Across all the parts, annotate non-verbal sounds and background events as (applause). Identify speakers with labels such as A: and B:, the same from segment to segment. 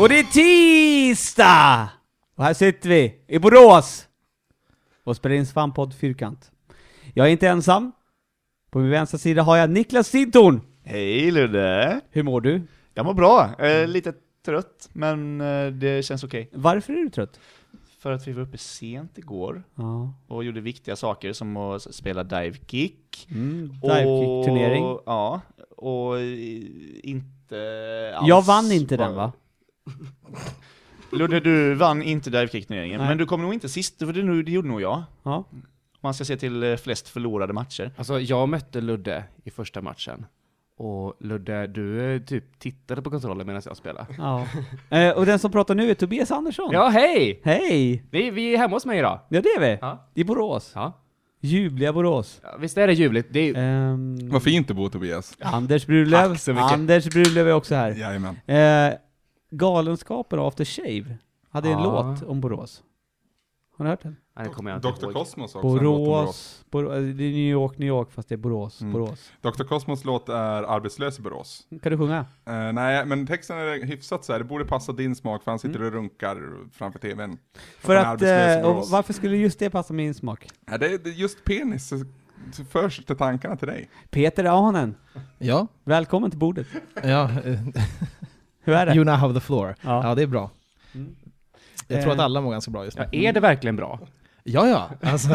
A: Och det är tisdag! Och här sitter vi, i Borås! Och spelar in Svamppodd Fyrkant. Jag är inte ensam. På min vänstra sida har jag Niklas Sintorn.
B: Hej Ludde!
A: Hur mår du?
B: Jag mår bra,
A: Mm.
B: eh, lite trött men eh, det känns okej.
A: Varför är du trött?
B: För att vi var uppe sent igår
A: Ja.
B: och gjorde viktiga saker som att spela dive kick.
A: Mm, Divekick-turnering.
B: Och- Ja, och i- inte alls...
A: Jag vann inte
B: var-
A: den va?
B: Ludde, du vann inte dive kick turneringen
A: Nej.
B: men du kom nog inte sist, för det, nu- det gjorde nog jag.
A: Ja.
B: Om Man ska se till eh, flest förlorade matcher.
C: Alltså jag mötte Ludde i första matchen. Och Ludde, du eh, typ tittade på kontrollen medan jag
D: Mm.
C: spelade.
A: ja. Eh, och den som pratar nu är Tobias Andersson.
C: Ja, hej!
A: Hej!
C: Vi, vi är hemma hos mig idag.
A: Ja det är vi.
C: Ja.
A: I Borås.
C: Ja.
A: Ljuvliga Borås.
C: Ja, Visst är det ljuvligt? Det är,
A: Ehm,
E: Var fint det bor Tobias.
A: Anders Brunlöv.
C: Tack så mycket.
A: Anders Brunlöv är också här.
E: Jajamän.
A: Eh, Galenskapen och After Shave hade en
C: Ja.
A: låt om Borås. Har ni hört den?
C: nej, det kommer jag inte
E: Dr.
C: ihåg.
E: Cosmos har också en låt om Borås.
A: Borås, Borås. Det är New York, New York fast det är Borås,
E: Mm.
A: Borås.
E: Dr. Cosmos låt är Arbetslös i Borås.
A: Kan du sjunga?
E: Eh, nej, men texten är hyfsat så här. det borde passa din smak för han sitter och runkar framför tvn.
A: Mm. För
E: han är
A: att,
E: arbetslös i
A: eh, och
E: Borås.
A: varför skulle just det passa min smak?
E: Ja, det, är, det är just penis som som förs till tankarna till dig.
A: Peter Ahonen,
D: Ja,
A: välkommen till bordet.
D: ja. eh,
A: Hur är det?
D: you now have the floor.
A: Ja.
D: Ja, det är bra.
A: Mm.
D: Jag tror att
A: Eh.
D: alla mår ganska bra just nu.
C: Ja, är det verkligen bra?
D: Ja, ja. (laughs) Alltså,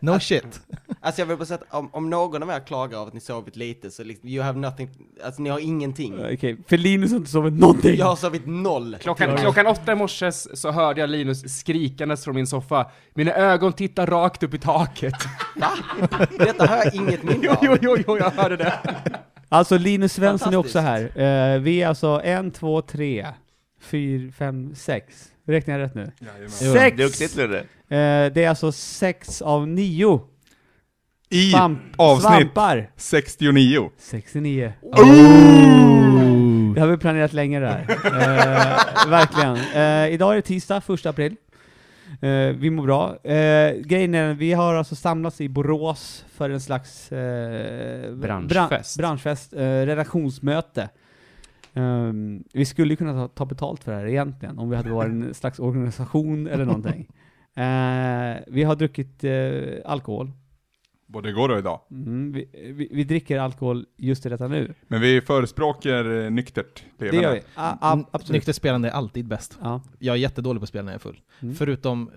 D: no shit.
F: Alltså jag vill bara säga att om, om någon av er klagar av att ni sovit lite så liksom, you have nothing, alltså ni har ingenting.
A: Mm. Okej, för Linus har inte sovit någonting.
F: Jag har sovit noll.
C: Klockan, klockan åtta i morse så hörde jag Linus skrikandes från min soffa. Mina ögon tittar rakt upp i taket.
F: Va? Detta har jag inget minne
C: Jo,
F: av. Eh,
C: jo, jo, jag
D: (laughs)
C: hörde det.
A: Alltså Linus Svensson är också här.
F: Fantastiskt.
A: Eh, vi är alltså en, två, tre, fyra, fem, sex. Räknar jag rätt nu?
E: Jajamän.
D: Jo.
A: Sex!
B: Duktigt Ludde!
A: Eh, det är alltså sex av nio
E: I
A: Svamp-
E: avsnitt
A: svampar.
E: 69.
A: 69. Det har vi planerat länge det här. Eh, verkligen. Eh, idag är det tisdag, 1 april. Eh, vi mår bra. Eh, grejen är, vi har alltså samlats i Borås för en slags... Eh, bran-
C: Branschfest.
A: branschfest, eh, redaktionsmöte. Eh, vi skulle ju kunna ta, ta betalt för det här egentligen, om vi hade varit en slags organisation eller någonting. Eh, vi har druckit eh, alkohol.
E: Både igår och idag.
A: Mm, vi, vi, vi dricker alkohol just i detta nu.
E: Men vi förespråkar eh, nyktert
A: Det
E: leverne.
A: gör vi. A, a, absolut.
D: Nyktert spelande är alltid bäst.
A: Ja.
D: Jag är jättedålig på spel när jag är full.
A: Mm.
D: Förutom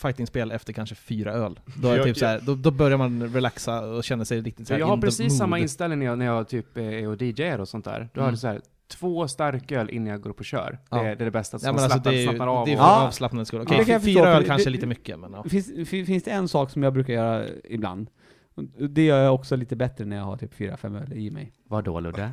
D: fightingspel efter kanske fyra öl. Då, är jag
E: Jag-
D: typ så här, då, då börjar man relaxa och känner sig riktigt så här
C: Jag har
D: in the
C: precis samma
D: mood.
C: inställning när jag, när jag typ eh, är och DJar och sånt där. Då har
D: Mm.
C: det så här, två starköl innan jag går upp och kör.
D: Ja.
C: Det, är, det är det bästa, så
D: Ja,
C: man
D: men alltså,
C: slappnar,
D: det är ju,
C: slappnar av.
D: det är för
C: och,
A: Ja.
D: avslappnande skull.
A: Ja,
D: Okej,
A: det kan jag förstå,
D: fyra öl
A: för
D: kanske
A: det-
D: är lite mycket, men ja.
A: Finns, fi- finns det en sak som jag brukar göra ibland, och det gör jag också lite bättre när jag har typ fyra fem öl i mig.
C: Vadå Ludde?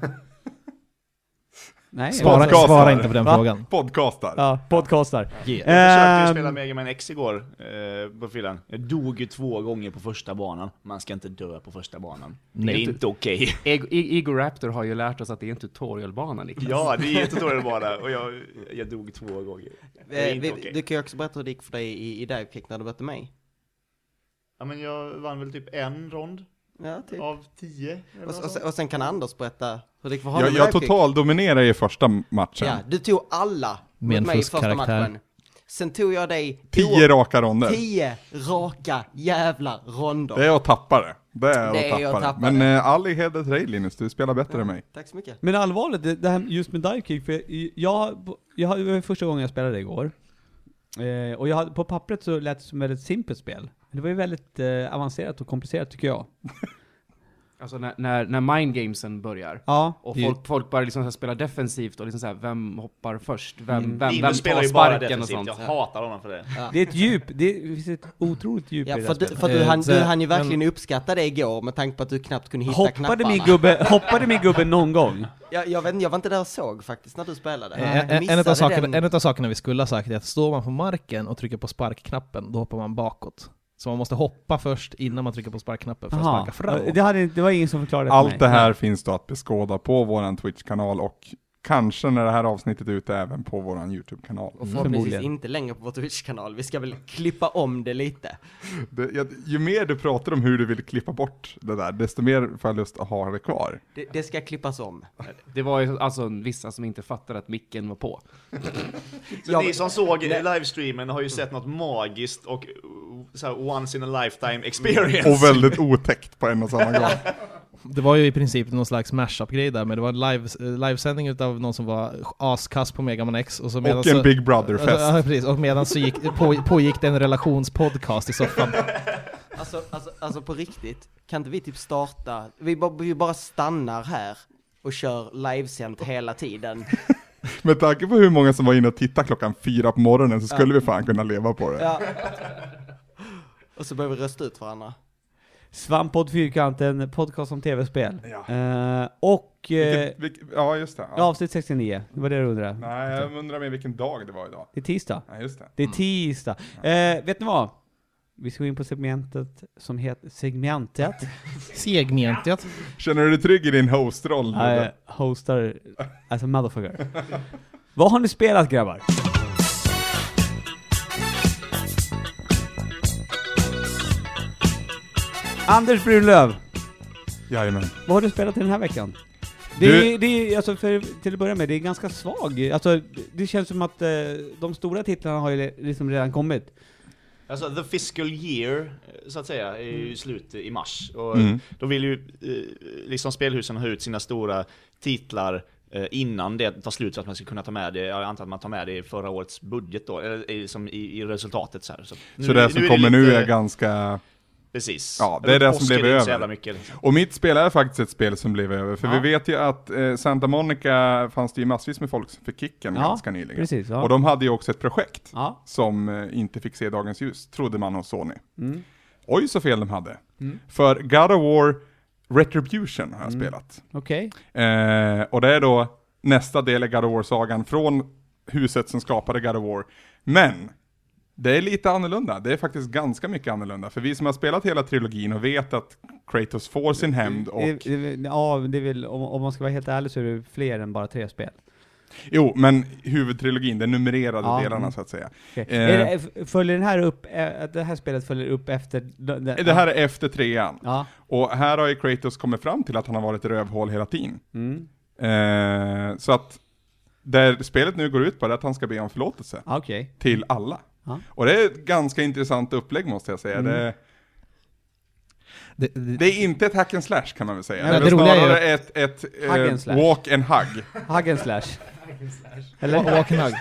A: Nej,
D: Svara,
A: alltså-
E: Podcast.
D: svara inte på den
A: Va?
D: frågan.
E: Podcastar.
A: Ja, podcastar.
D: Yeah.
B: Jag försökte ju
A: Ehm,
B: spela Mega Man X igår eh, på fyllan. Jag dog ju två gånger på första banan. Man ska inte dö på första banan.
D: Nej.
B: det är inte okej.
C: (laughs) Ego, I- Egoraptor har ju lärt oss att det är en tutorialbana Niklas.
B: Ja, det är jättedålig bana och jag, jag dog två gånger. Det är
F: Eh,
B: inte
F: vi,
B: okej.
F: du kan ju också berätta hur det gick för dig i, i Divekick när du mötte mig.
B: Ja, men jag vann väl typ en rond
F: Ja, typ.
B: av tio. eller
F: Och,
B: något
F: och, sen-
B: sånt.
F: och sen kan Anders berätta hur det gick för honom
E: Jag,
F: i
E: jag
F: Divekick.
E: totaldominerar i första matchen.
F: Ja, du tog alla
D: Med en
F: mot mig i första
D: fuskkaraktär.
F: matchen. Sen tog jag dig
E: Tio raka ronder.
F: tio raka jävla ronder.
E: Det är att tappa det. Det är,
F: Det
E: att,
F: är
E: tappa
F: att tappa
E: det. Men
F: det.
E: eh, all heder till dig Linus, du spelar bättre än mig.
F: Tack så mycket.
A: Men allvarligt, det, det här just med divekick, för jag, jag, det var första gången jag spelade igår. Eh, och jag, hade- på pappret så lät det som ett väldigt simpelt spel. Men Det var ju väldigt eh, avancerat och komplicerat tycker jag.
C: Alltså när, när, när mind gamesen börjar.
A: Ja.
C: Och
D: Det-
C: folk, folk börjar liksom så här spela defensivt och liksom så här, vem hoppar först? Vem, vem, vem
B: Dino
C: tar
B: spelar ju bara
C: sparken och
B: defensivt,
C: sånt?
B: jag hatar honom för det.
A: Det är ett djup, det är- det finns ett otroligt djup
F: Ja,
A: i det
F: för
A: här
F: du,
A: spelet.
F: för du,
D: Eh,
F: hann,
D: så-
F: du hann ju verkligen uppskatta det igår med tanke på att du knappt kunde hitta
A: Hoppade
F: knapparna.
A: min, gubbe, hoppade min gubbe någon gång?
F: Jag, jag, vet, inte, jag var inte där och såg faktiskt när du spelade.
D: Eh, En,
F: Jag
D: en, en, av
F: missade
D: sakerna,
F: den.
D: en av sakerna vi skulle ha sagt är att står man på marken och trycker på sparkknappen, då hoppar man bakåt. Så man måste hoppa först innan man trycker på sparkknappen för att
A: Jaha.
D: sparka framåt.
A: Det, hade, inte- det var ingen som förklarade för mig.
E: Allt det här finns då att beskåda på vår Twitch-kanal och kanske när det här avsnittet är ute även på vår YouTube-kanal.
F: Och förhoppningsvis
A: förmodligen.
F: inte längre på vår Twitch-kanal. Vi ska väl klippa om det lite.
E: Det- jag- Ju mer du pratar om hur du vill klippa bort det där, desto mer får jag lust att ha det kvar.
F: Det, det ska klippas om.
C: Det var ju alltså vissa som inte fattade att micken var på.
B: Så
F: Ja,
B: ni
F: men-
B: som såg livestreamen har ju sett något magiskt och uh, så här, once in a lifetime experience.
E: Och väldigt otäckt på en och samma gång.
D: Det var ju i princip någon slags mashup-grej där, men det var en live, eh, livesändning utav någon som var askass på Megaman X och så medan
E: Och en
D: så,
E: Big Brother-fest.
D: Ja, precis. Och medan så gick, på, pågick det en relationspodcast i soffan.
F: Alltså, alltså, alltså på riktigt, kan inte vi typ starta, vi, bara- vi bara stannar här och kör livesänt hela tiden.
E: Med tanke på hur många som var inne och tittade klockan fyra på morgonen så skulle vi fan kunna leva på det.
F: Ja. Och så börjar vi rösta ut varandra.
A: Svamppodd Fyrkanten, podcast om tv-spel.
E: Ja. typ-
A: Eh, och... Eh,
E: Vilket, vilk- ja, just det.
A: ja,
E: Ja.
A: avsnitt 69, det var det du undrade.
E: Nej, jag undrar mer vilken dag det var idag.
A: Det är tisdag.
E: Nej, just det.
A: Det är tisdag. Eh, vet ni vad? Vi ska gå in på segmentet som heter... Segmentet?
E: (laughs)
D: Segmentet.
E: Känner du dig trygg i din host-roll?
A: Jag
E: Ludde?
A: Eh, hostar as a motherfucker. vad har ni spelat grabbar? Anders Brunlöv,
E: Jajamän.
A: vad har du spelat i den här veckan? Det
E: Du-
A: är, det är, alltså för, till att börja med, det är ganska svag. Alltså, det känns som att eh, de stora titlarna har ju le- liksom redan kommit.
B: Alltså the fiscal year, eh, så att säga, är ju slut i mars. Och
E: Mm.
B: Då vill ju eh, liksom spelhusen ha ut sina stora titlar eh, innan det tar slut så att man ska kunna ta med det, jag antar att man tar med det i förra årets budget då, eller i- som i, i resultatet så här. Så,
E: Så det som kommer nu är ganska...
B: Precis.
E: Ja, det är
B: Eller
E: det som
B: påsk är
E: blev
B: inte så
E: över.
B: jävla mycket. liksom.
E: Och mitt spel är faktiskt ett spel som blev över, för
B: Ja.
E: vi vet ju att eh, Santa Monica fanns det ju massvis med folk som fick kicken
A: Ja,
E: ganska nyligen.
A: Precis, ja.
E: Och de hade ju också ett projekt
A: ja.
E: som eh, inte fick se dagens ljus, trodde man hos Sony.
A: Mm.
E: Oj så fel de hade.
A: Mm.
E: För God of War Retribution har jag
A: Mm.
E: spelat.
A: Okej.
E: Eh, och det är då nästa del i God of War-sagan från huset som skapade God of War. Men det är lite annorlunda. Det är faktiskt ganska mycket annorlunda. För vi som har spelat hela trilogin och vet att Kratos får sin hämnd och...
A: Det- det- Ja, det är väl, om, om man ska vara helt ärlig så är det fler än bara tre spel.
E: Jo, men huvudtrilogin, den numrerade
A: Ja,
E: delarna
A: mm.
E: så att säga.
A: Okej.
E: Eh.
A: Är det, f- följer den här upp, eh, att det här spelet följer upp efter... den- den-
E: Det här är efter trean.
A: Ja.
E: Och här har ju Kratos kommit fram till att han har varit rövhål hela tiden.
A: Mm.
E: Eh, så att där spelet nu går ut på det är att han ska be om förlåtelse.
A: Ah, Okej.
E: till alla.
A: Ja. Mm.
E: Och det är ett ganska intressant upplägg måste jag säga. Det,
D: Det, det,
E: det är inte ett hack and slash kan man väl säga.
D: Nej, det
E: det är
D: roliga är
E: snarare ett, ett
A: Hack
E: eh,
A: and slash.
E: walk
A: (laughs)
E: and hug.
A: Hack and slash.
D: (laughs) Eller? Och, och knagg.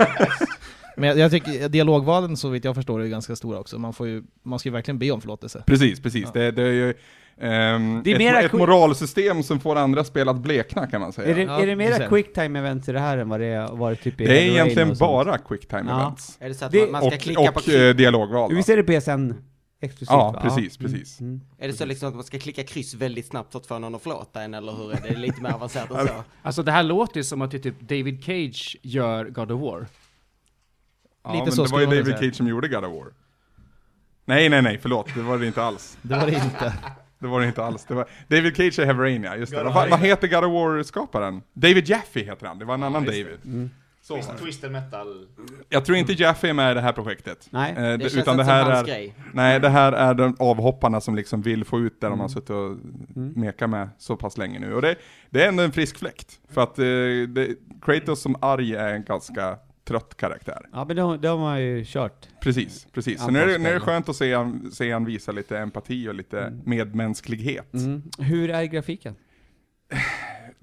D: Men jag, jag tycker dialogvalen så vitt jag förstår är ganska stora också. Man, får ju, man ska ju verkligen be om förlåtelse.
E: Precis, precis. Det, det är ju ehm,
A: Det är
E: ett,
A: mera
E: ett
A: quick-
E: moralsystem som får andra spel att blekna kan man
A: Är
E: säga.
A: det,
E: Det,
D: Ja,
A: är det mera
D: precis.
A: quick time events i det här än vad det har varit typ i
E: är
A: Elden Ring
E: egentligen
A: och sånt?
E: bara quick time
A: Ja.
E: events.
F: Är det så att
A: Det-
F: man, man ska
E: Och,
F: klicka på
E: och
F: kryss,
E: eh, dialogval. va?
A: Visst är det PSN exklusivt?
E: Ja,
A: va?
E: precis,
A: Mm,
E: precis.
A: Mm.
F: är det så liksom att man ska klicka kryss väldigt snabbt för att få någon att förlåta en eller hur är det? Det är lite mer avancerat än så.
C: Alltså det här låter ju som att det är typ David Cage gör God of War.
E: Ja,
D: Lite
E: men
D: så
E: det var
D: skulle
E: ju
D: man
E: David
D: säga.
E: Cage som gjorde God of War. Nej, nej, nej, förlåt. Det var det inte alls.
D: Det var det inte.
E: Det var det inte alls. Det var David Cage är Heverania, just det. Vad, fan- vad heter God of War-skaparen? David Jaffe heter han, det var en annan David. Så.
B: Twist- Twisted metal.
E: Jag tror inte Jaffe är med i det här projektet.
A: Nej.
E: Eh, det-
F: Det känns
E: utan det
F: inte som
E: här
F: hans
E: är,
F: grej.
E: nej, det här är de avhopparna som liksom vill få ut det de har suttit och
A: Mm,
E: mekat med så pass länge nu. Och det, det är ändå en frisk fläkt. För att eh, det, Kratos som arg är en ganska trött karaktär.
A: Ja, men det har, det har man ju kört.
E: Precis, precis. Så nu är det, nu är det skönt att se han, se han visa lite empati och lite medmänsklighet.
A: Mm. Hur är grafiken?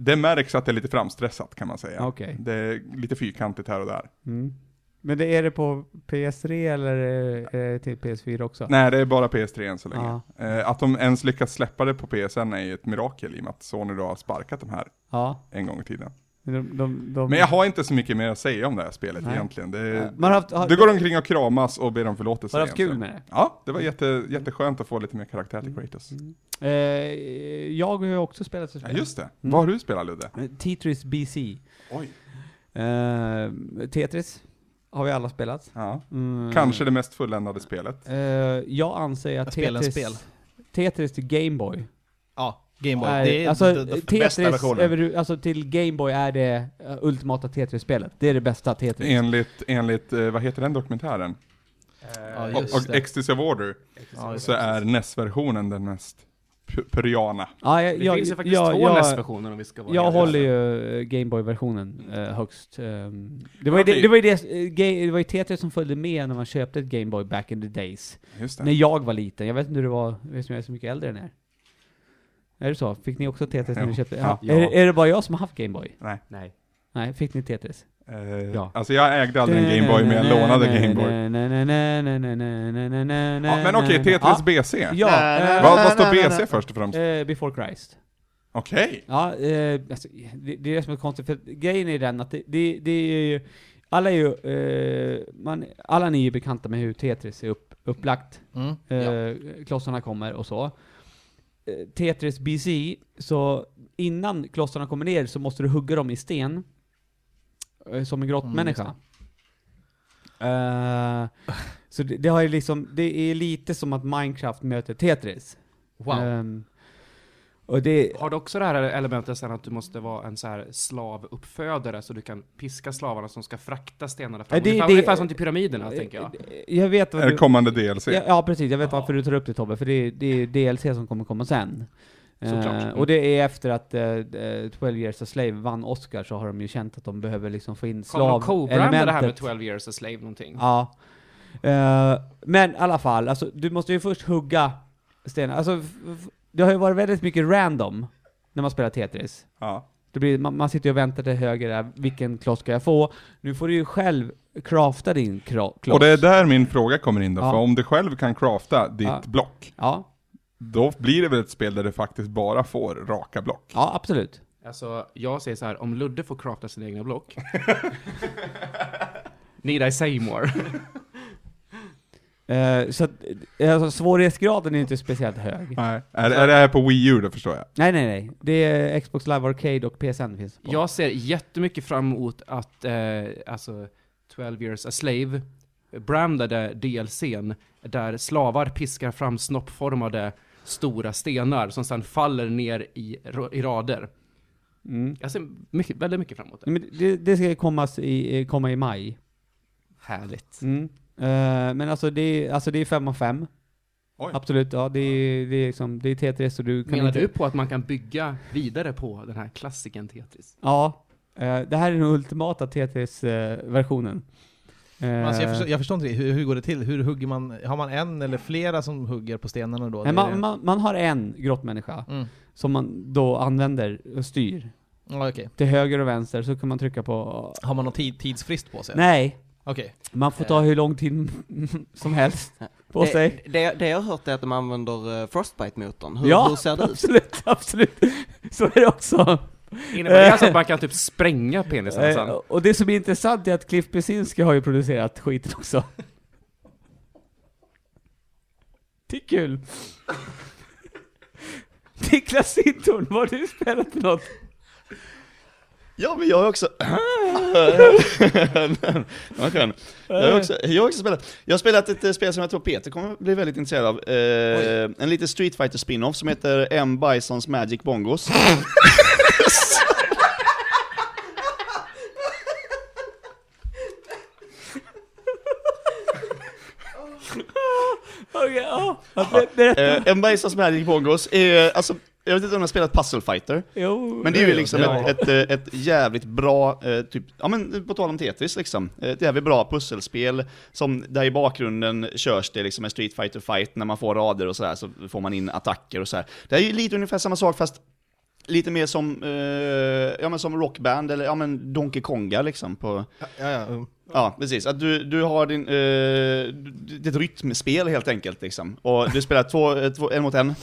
E: Det märks att det är lite framstressat kan man säga.
A: Okej.
E: Det är lite fyrkantigt här och där.
A: Mm. Men det är det på PS3 eller eh, till PS4 också?
E: Nej, det är bara PS3 än så länge.
A: Ja.
E: Eh, att de ens lyckas släppa det på PSN är ju ett mirakel i och med att Sony då har sparkat de här
A: Ja.
E: en gång i tiden.
A: Men, de, de, de,
E: Men jag har inte så mycket mer att säga om det här spelet
A: Nej.
E: egentligen. Det,
A: Man har haft, har,
E: du går omkring och kramas och ber om förlåtelse.
A: har haft kul
E: egentligen.
A: med det.
E: Ja, det var jätte, jätteskönt att få lite mer karaktär till Kratos.
A: Eh, jag har ju också spelat ett
E: Ja,
A: spel.
E: just det.
A: Mm.
E: Vad har du spelat Ludde?
A: Eh, Tetris BC.
E: Oj.
A: Eh, Tetris har vi alla spelat.
E: Ja.
A: Mm.
E: Kanske det mest fulländade spelet.
A: Eh, jag anser att
D: Jag spelar
A: Tetris,
D: spel.
A: Tetris till Gameboy
D: Ja, Gameboy.
A: är,
D: Det är
A: alltså,
D: the- the f-
A: Tetris
B: bästa versionen.
A: över, alltså till Gameboy är det eh, ultimata Tetris-spelet. Det är det bästa Tetris.
E: Enligt, enligt eh, vad heter den dokumentären?
D: ja,
E: Och,
D: just
E: och
D: det.
E: Ecstasy of Order,
D: Ja, just
E: så är NES-versionen den mest pu- puriana.
A: Ja, jag,
C: Det
A: jag,
C: finns ju faktiskt
A: jag,
C: två
A: jag,
C: NES-versioner om vi ska vara
A: Jag
C: helt
A: håller
C: ärliga.
A: ju eh, Gameboy-versionen eh, högst. ehm. det, var ju det,
E: Okej.
A: det var ju det, eh, ga- det var ju Tetris som följde med när man köpte ett Gameboy back in the days.
E: Just det.
A: När jag var liten, jag vet inte hur det var, eftersom jag är så mycket äldre än er. Är det så? Fick ni också Tetris när
E: Ja.
A: ni köpte? Ja.
E: Ja.
A: Är, det- är det bara jag som har haft Gameboy?
C: Nej.
A: Nej, fick ni Tetris?
E: Eh,
A: Ja.
E: Alltså jag ägde aldrig en Gameboy, men jag lånade Gameboy. Ja, men okej, Tetris BC.
A: Ah, Ja, eh,
E: Vad, vad står BC först och främst?
A: eh, Before Christ.
E: Okej.
A: Ja, eh, alltså, det, det är det som är konstigt, för att grejen är den att det, det, det är ju, alla är ju, eh, man, alla ni är ju bekanta med hur Tetris är upp, upplagt,
D: Mm.
A: eh,
D: Ja.
A: klossarna kommer och så. Eh, Tetris BC, så innan klossarna kommer ner så måste du hugga dem i sten, eh, som en grottmänniska. Eh, så det, det har ju liksom, det är lite som att Minecraft möter Tetris.
C: Wow.
A: Ehm, och det,
C: Har du också det här elementet sen att du måste vara en så här slavuppfödare så du kan piska slavarna som ska frakta stenarna fram?
A: Ja, det-
C: ungefär,
A: det- eh,
C: ungefär som till pyramiderna, tänker jag.
A: Jag vet vad
E: Är det
A: du...
E: kommande DLC?
C: Typ.
A: Ja, ja precis, jag vet
C: Ja.
A: varför du tar upp det Tobbe, för det är, det är DLC som kommer komma sen.
C: Såklart.
A: Eh, och det är efter att eh, eh, 12 years a slave vann Oscar så har de ju känt att de behöver liksom få in
C: Kommer de co-branda det här med
A: slav-elementet.
C: 12 years a slave någonting?
A: Ja. Eh, men i alla fall, alltså, du måste ju först hugga stenar. Alltså, f- f- det har ju varit väldigt mycket random när man spelar Tetris.
E: Ja.
A: Det blir, man, man sitter ju och väntar till höger där, vilken kloss ska jag få? Nu får du ju själv crafta din kro- kloss.
E: Och det är där min fråga kommer in då,
A: Ja.
E: för om du själv kan crafta ditt
A: Ja.
E: block,
A: Ja,
E: då blir det väl ett spel där du faktiskt bara får raka block?
A: ja absolut.
C: Alltså, jag säger så här, om Ludde får crafta sina egna block... (laughs) Need I say more?
A: Eh, så att, eh, alltså, svårighetsgraden är inte speciellt hög.
E: Nej. Är, är det här på Wii U då förstår jag?
A: Nej, nej, nej. Det är Xbox Live Arcade och PSN finns på.
C: Jag ser jättemycket fram emot att, eh, alltså, 12 years a slave brandade DLCn där slavar piskar fram snoppformade stora stenar som sedan faller ner i, ra- i rader.
A: Mm.
C: Jag ser mycket, väldigt mycket fram emot det.
A: Men det, det ska komma i, eh, komma i maj.
C: Härligt.
A: Mm. Eh, men alltså det, är- alltså det är fem av fem.
E: Oj.
A: Absolut, ja det är, det är, liksom, det är Tetris och du kan
C: Menar
A: inte...
C: du på att man kan bygga vidare på den här klassiken Tetris?
A: Ja. Eh, det här är den ultimata Tetris-versionen. Eh,
G: Men Alltså jag, förstår, jag förstår inte riktigt. hur, hur går det till? Hur hugger man? Har man en eller flera som hugger på stenarna då?
A: Nej,
G: Det-
A: man, man, man har en grottmänniska
G: Mm.
A: som man då använder och styr.
G: Ja, okej.
A: Till höger och vänster så kan man trycka på...
G: Har man någon tid, tidsfrist på sig?
A: Nej,
G: Okej. (laughs)
A: man får
F: Eh.
A: ta hur lång tid (laughs) som helst på
F: det,
A: sig.
F: Det, det jag har hört är att de använder eh, Frostbite-motorn. Hur,
A: Ja,
F: hur ser det ut?
A: Absolut, absolut. (laughs) Så är det också.
C: Innebär det alltså att man kan typ spränga penisarna
A: Eh,
C: sen?
A: och det som är intressant är att Cliff Blesinski har ju producerat skiten också. (laughs) Det är kul. (laughs) Niklas Sintorn, vad har du spelat för något?
B: Ja, men jag har
A: (laughs)
B: också... (laughs) Vad skön. Jag har också, jag har också spelat, jag har spelat ett eh, spel som jag tror Peter kommer bli väldigt intresserad av. Eh, en liten Street Fighter spin-off som heter M. Bisons Magic Bongos.
A: (laughs) Okej, ja. ja. Berätta.
B: Eh, M. Bisons Magic Bongos är, alltså, jag vet inte om jag har spelat Puzzle Fighter.
A: Jo.
B: Men det är ju liksom
A: Ja.
B: ett, ett, eh, ett jävligt bra, eh, typ, ja men på tal om Tetris liksom, Eh, ett jävligt bra pusselspel som där i bakgrunden körs det liksom en Street Fighter fight när man får rader och sådär så får man in attacker och sådär. Det är ju lite ungefär samma sak fast lite mer som, eh, ja, men som rockband eller ja, men Donkey Konga liksom. På,
G: Ja, ja, mm.
B: Ja, precis. Att du, du har din, eh, d- ditt rytmspel helt enkelt. Liksom. Och du spelar två, eh, två, en mot en.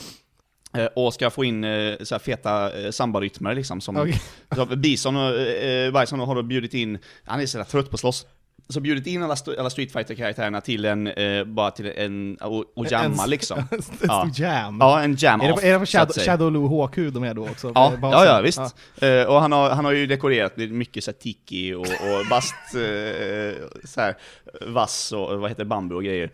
B: eh, Och ska få in eh, så här feta eh, sambarytmer liksom. Som,
G: Okej.
B: (laughs) så Bison och eh, Bison har då bjudit in, han är så där trött på att slåss. Så bjudit in alla, st- alla Street fighter karaktärerna till en, eh, bara till en, och, och jamma
G: En-
B: liksom.
G: (laughs) En stor jam.
B: Ja, en jam
G: Är det, på- är det på
B: så att
G: Shadow,
B: säga.
G: Shadow Lou HQ de är då också?
B: Ja,
G: Basen?
B: ja, ja visst. Eh, och han har, han har ju dekorerat det är mycket så här tiki
G: (laughs)
B: och, och bast, eh, så här, vass och vad heter det, bambu och grejer.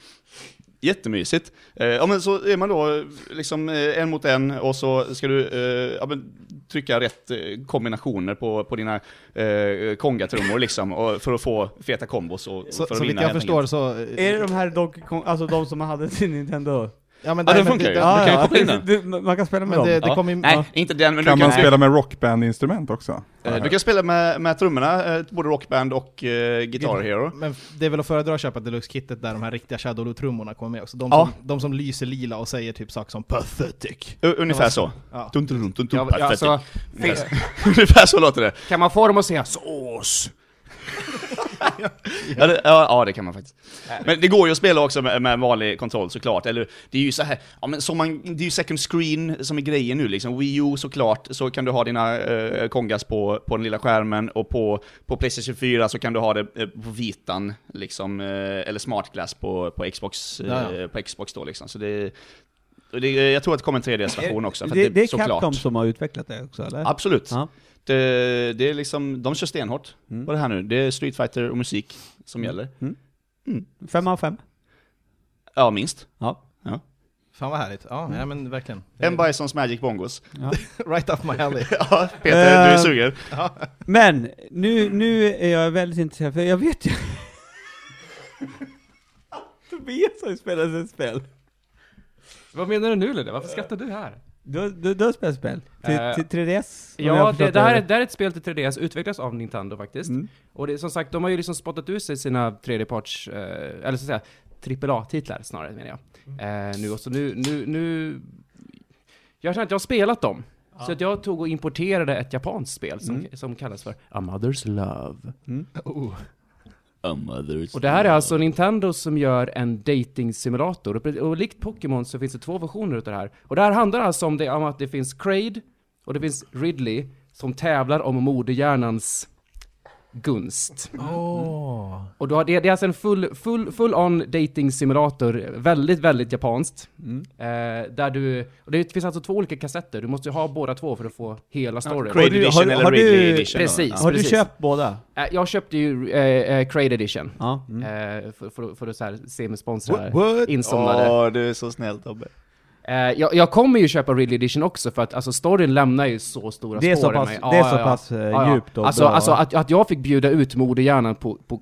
B: Jättemysigt. Eh, ja men så är man då eh, liksom eh, en mot en och så ska du eh, ja, men, trycka rätt eh, kombinationer på, på dina eh, kongatrummor liksom och, för att få feta kombos och, och
G: Så,
B: för
G: så
B: att vinna
G: vitt jag
B: helt
G: förstår
B: enkelt.
G: så...
A: Är det de här Donkey Kong, alltså de som man hade till Nintendo?
G: Ja, men
B: Ja,
G: nej,
B: den
G: men
B: funkar ju.
G: det-
B: Man kan ju koppla in
A: (laughs)
B: den.
A: du, du, man kan spela med
G: Men
A: dem.
G: det,
B: Ja.
G: det kommer ju...
B: Nej,
G: ja.
B: inte den men
E: Kan
B: du
E: man
B: kan,
E: spela med rockband-instrument också?
B: eh, du kan spela med, med trummorna, eh, både Rockband och eh, Guitar Hero.
G: Men det är väl att föredra att köpa deluxe-kittet där de här riktiga Shadow Lou-trummorna kommer med också. De som,
B: Ja.
G: de som lyser lila och säger typ saker som 'pathetic'
B: U- Ungefär så.
G: Ja.
B: Dun, dun, dun, dun, dun,
C: Ja, ja,
B: perfekt.
C: alltså,
B: Ungefär så- (laughs) Ungefär så låter det.
C: kan man få dem att säga sås?
B: Ja det, ja, ja, det kan man faktiskt. Men det går ju att spela också med, med vanlig kontroll såklart, eller det är ju så här, ja, men som man, det är ju second screen som är grejen nu liksom. Wii U såklart, så kan du ha dina eh, kongas på, på den lilla skärmen och på, på Playstation 4 så kan du ha det eh, på vitan liksom, eh, eller smart glass på, på, Xbox, eh,
G: Ja,
B: på Xbox då liksom. Så det, och det, jag tror att det kommer en 3DS-version också, för
A: det,
B: att det,
A: det är
B: såklart.
A: Capcom som har utvecklat det också eller?
B: Absolut.
A: Ja.
B: Det, det är liksom, de kör stenhårt
A: Mm.
B: på det här nu. Det är Street Fighter och musik som gäller.
A: Fem av fem.
B: Ja, minst.
A: Ja.
G: Fan vad härligt. Ja, ja men verkligen.
B: En Bisons Magic Bongos.
G: (laughs) right up my alley.
B: (laughs) Ja, Peter, du är
A: Eh,
B: sugen.
A: Men, nu, nu är jag väldigt intresserad, för jag vet ju...
C: (laughs)
A: Tobias har ju spelat ett spel.
C: Vad menar du nu Ludde? Varför skrattar du här?
A: Du, har- du, du har spelat spel? Till,
C: Eh,
A: till 3DS? om jag har
C: Ja, det,
A: förstått
C: det, här, är-
A: rätt. Mm.
C: det här är ett spel till 3DS, utvecklas av Nintendo faktiskt. Och det, är som sagt, de har ju liksom spottat ut sig sina tredjeparts, eh, eller så att säga, AAA-titlar snarare menar jag.
A: Mm.
C: Eh, nu, och så nu, nu, nu... Jag känner att jag har spelat dem. Så att jag tog och importerade ett japanskt spel som,
A: Mm.
C: som kallas för A Mother's Love.
B: Oh.
C: Och det här är alltså Nintendo som gör en dating-simulator. Och, pre- och likt Pokémon så finns det två versioner utav det här. Och det här handlar alltså om, det, om att det finns Kraid och det finns Ridley som tävlar om modehjärnans gunst.
G: Åh.
C: Och då, har- det, det är alltså en full, full, full on dating simulator, väldigt, väldigt japanskt. Eh, där du, och det finns alltså två olika kassetter, du måste ju ha båda två för att få hela storyn.
B: Craig
A: du-
B: Edition
A: har-
B: eller
A: har du-
B: Ridley Edition.
C: Precis.
B: Ja.
A: Har du
C: precis.
A: köpt båda?
C: Eh, jag köpte ju eh, eh, Kraid edition.
A: Ja. Mm.
C: Eh, för, för, för att så här, se mig sponsra här.
G: What?
C: insomnade.
B: Åh, du är så snäll Tobbe.
C: Eh, jag, jag kommer ju köpa Ridley Edition också för att alltså, storyn lämnar ju så stora
A: Det är
C: spår
A: så
C: i
A: pass,
C: mig.
A: det är så pass eh,
C: Ja, ja.
A: djupt och
C: Alltså,
A: bra.
C: alltså att, att jag fick bjuda ut modehjärnan på, på,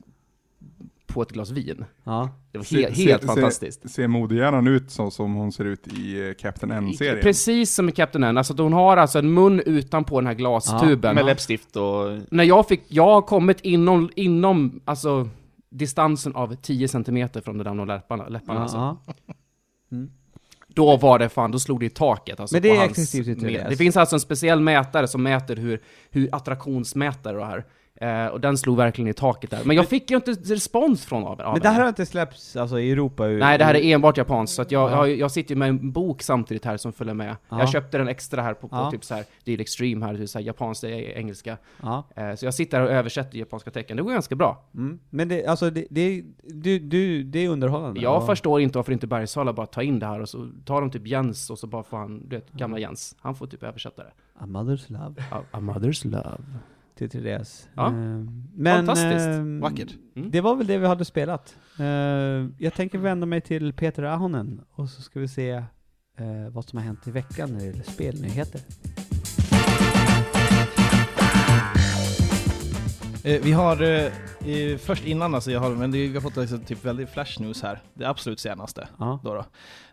C: på ett glas vin.
A: ja.
C: Det var
E: Se-
C: he,
E: se-
C: helt
E: se-
C: fantastiskt.
E: Ser modehjärnan ut så som hon ser ut i eh, Captain N-serien?
C: Precis som i Captain N, alltså att hon har alltså en mun utanpå den här glastuben.
B: Med läppstift och...
C: När jag fick, jag har kommit inom, inom, alltså distansen av 10 cm från de där läpparna, läpparna
A: Ja,
C: alltså.
A: ja.
C: Då var det fan, då slog det i taket alltså,
A: Men det
C: på
A: är
C: hans
A: exklusivt inte
C: med-
A: det, alltså.
C: Det finns alltså en speciell mätare som mäter hur, hur attraktionsmätare och här. Eh, och den slog verkligen i taket där. Men jag fick ju inte respons från av, av
A: Men det här
C: den.
A: har inte släppts alltså, i Europa? ur-
C: Nej, det här är enbart japanskt, så att jag, jag, jag sitter ju med en bok samtidigt här som följer med.
A: Ja.
C: Jag köpte den extra här på, på
A: Ja.
C: typ så här, det är extreme här, typ så här japanskt, det är engelska.
A: Ja.
C: Eh, så jag sitter här och översätter japanska tecken, det går ganska bra.
A: Mm. Men det, alltså, det, det, du, du, det är underhållande?
C: Jag
A: Ja.
C: förstår inte varför inte Bergsala bara tar in det här och så tar de typ Jens och så bara får han, du vet, gamla
A: Mm.
C: Jens, han får typ översätta det.
A: A mother's love
C: A, a mother's love.
A: till 3DS.
C: Ja.
A: Ehm, Men,
C: Fantastiskt.
A: ehm,
G: Vackert.
C: Mm.
A: Det var väl det vi hade spelat. Ehm, jag tänker vända mig till Peter Ahonen och så ska vi se eh, vad som har hänt i veckan när det gäller spelnyheter.
G: Eh, vi har, eh, eh, först innan alltså, jag har, men det, vi har fått alltså, typ väldigt flash news här. Det absolut senaste.
A: Ja.
G: Då då.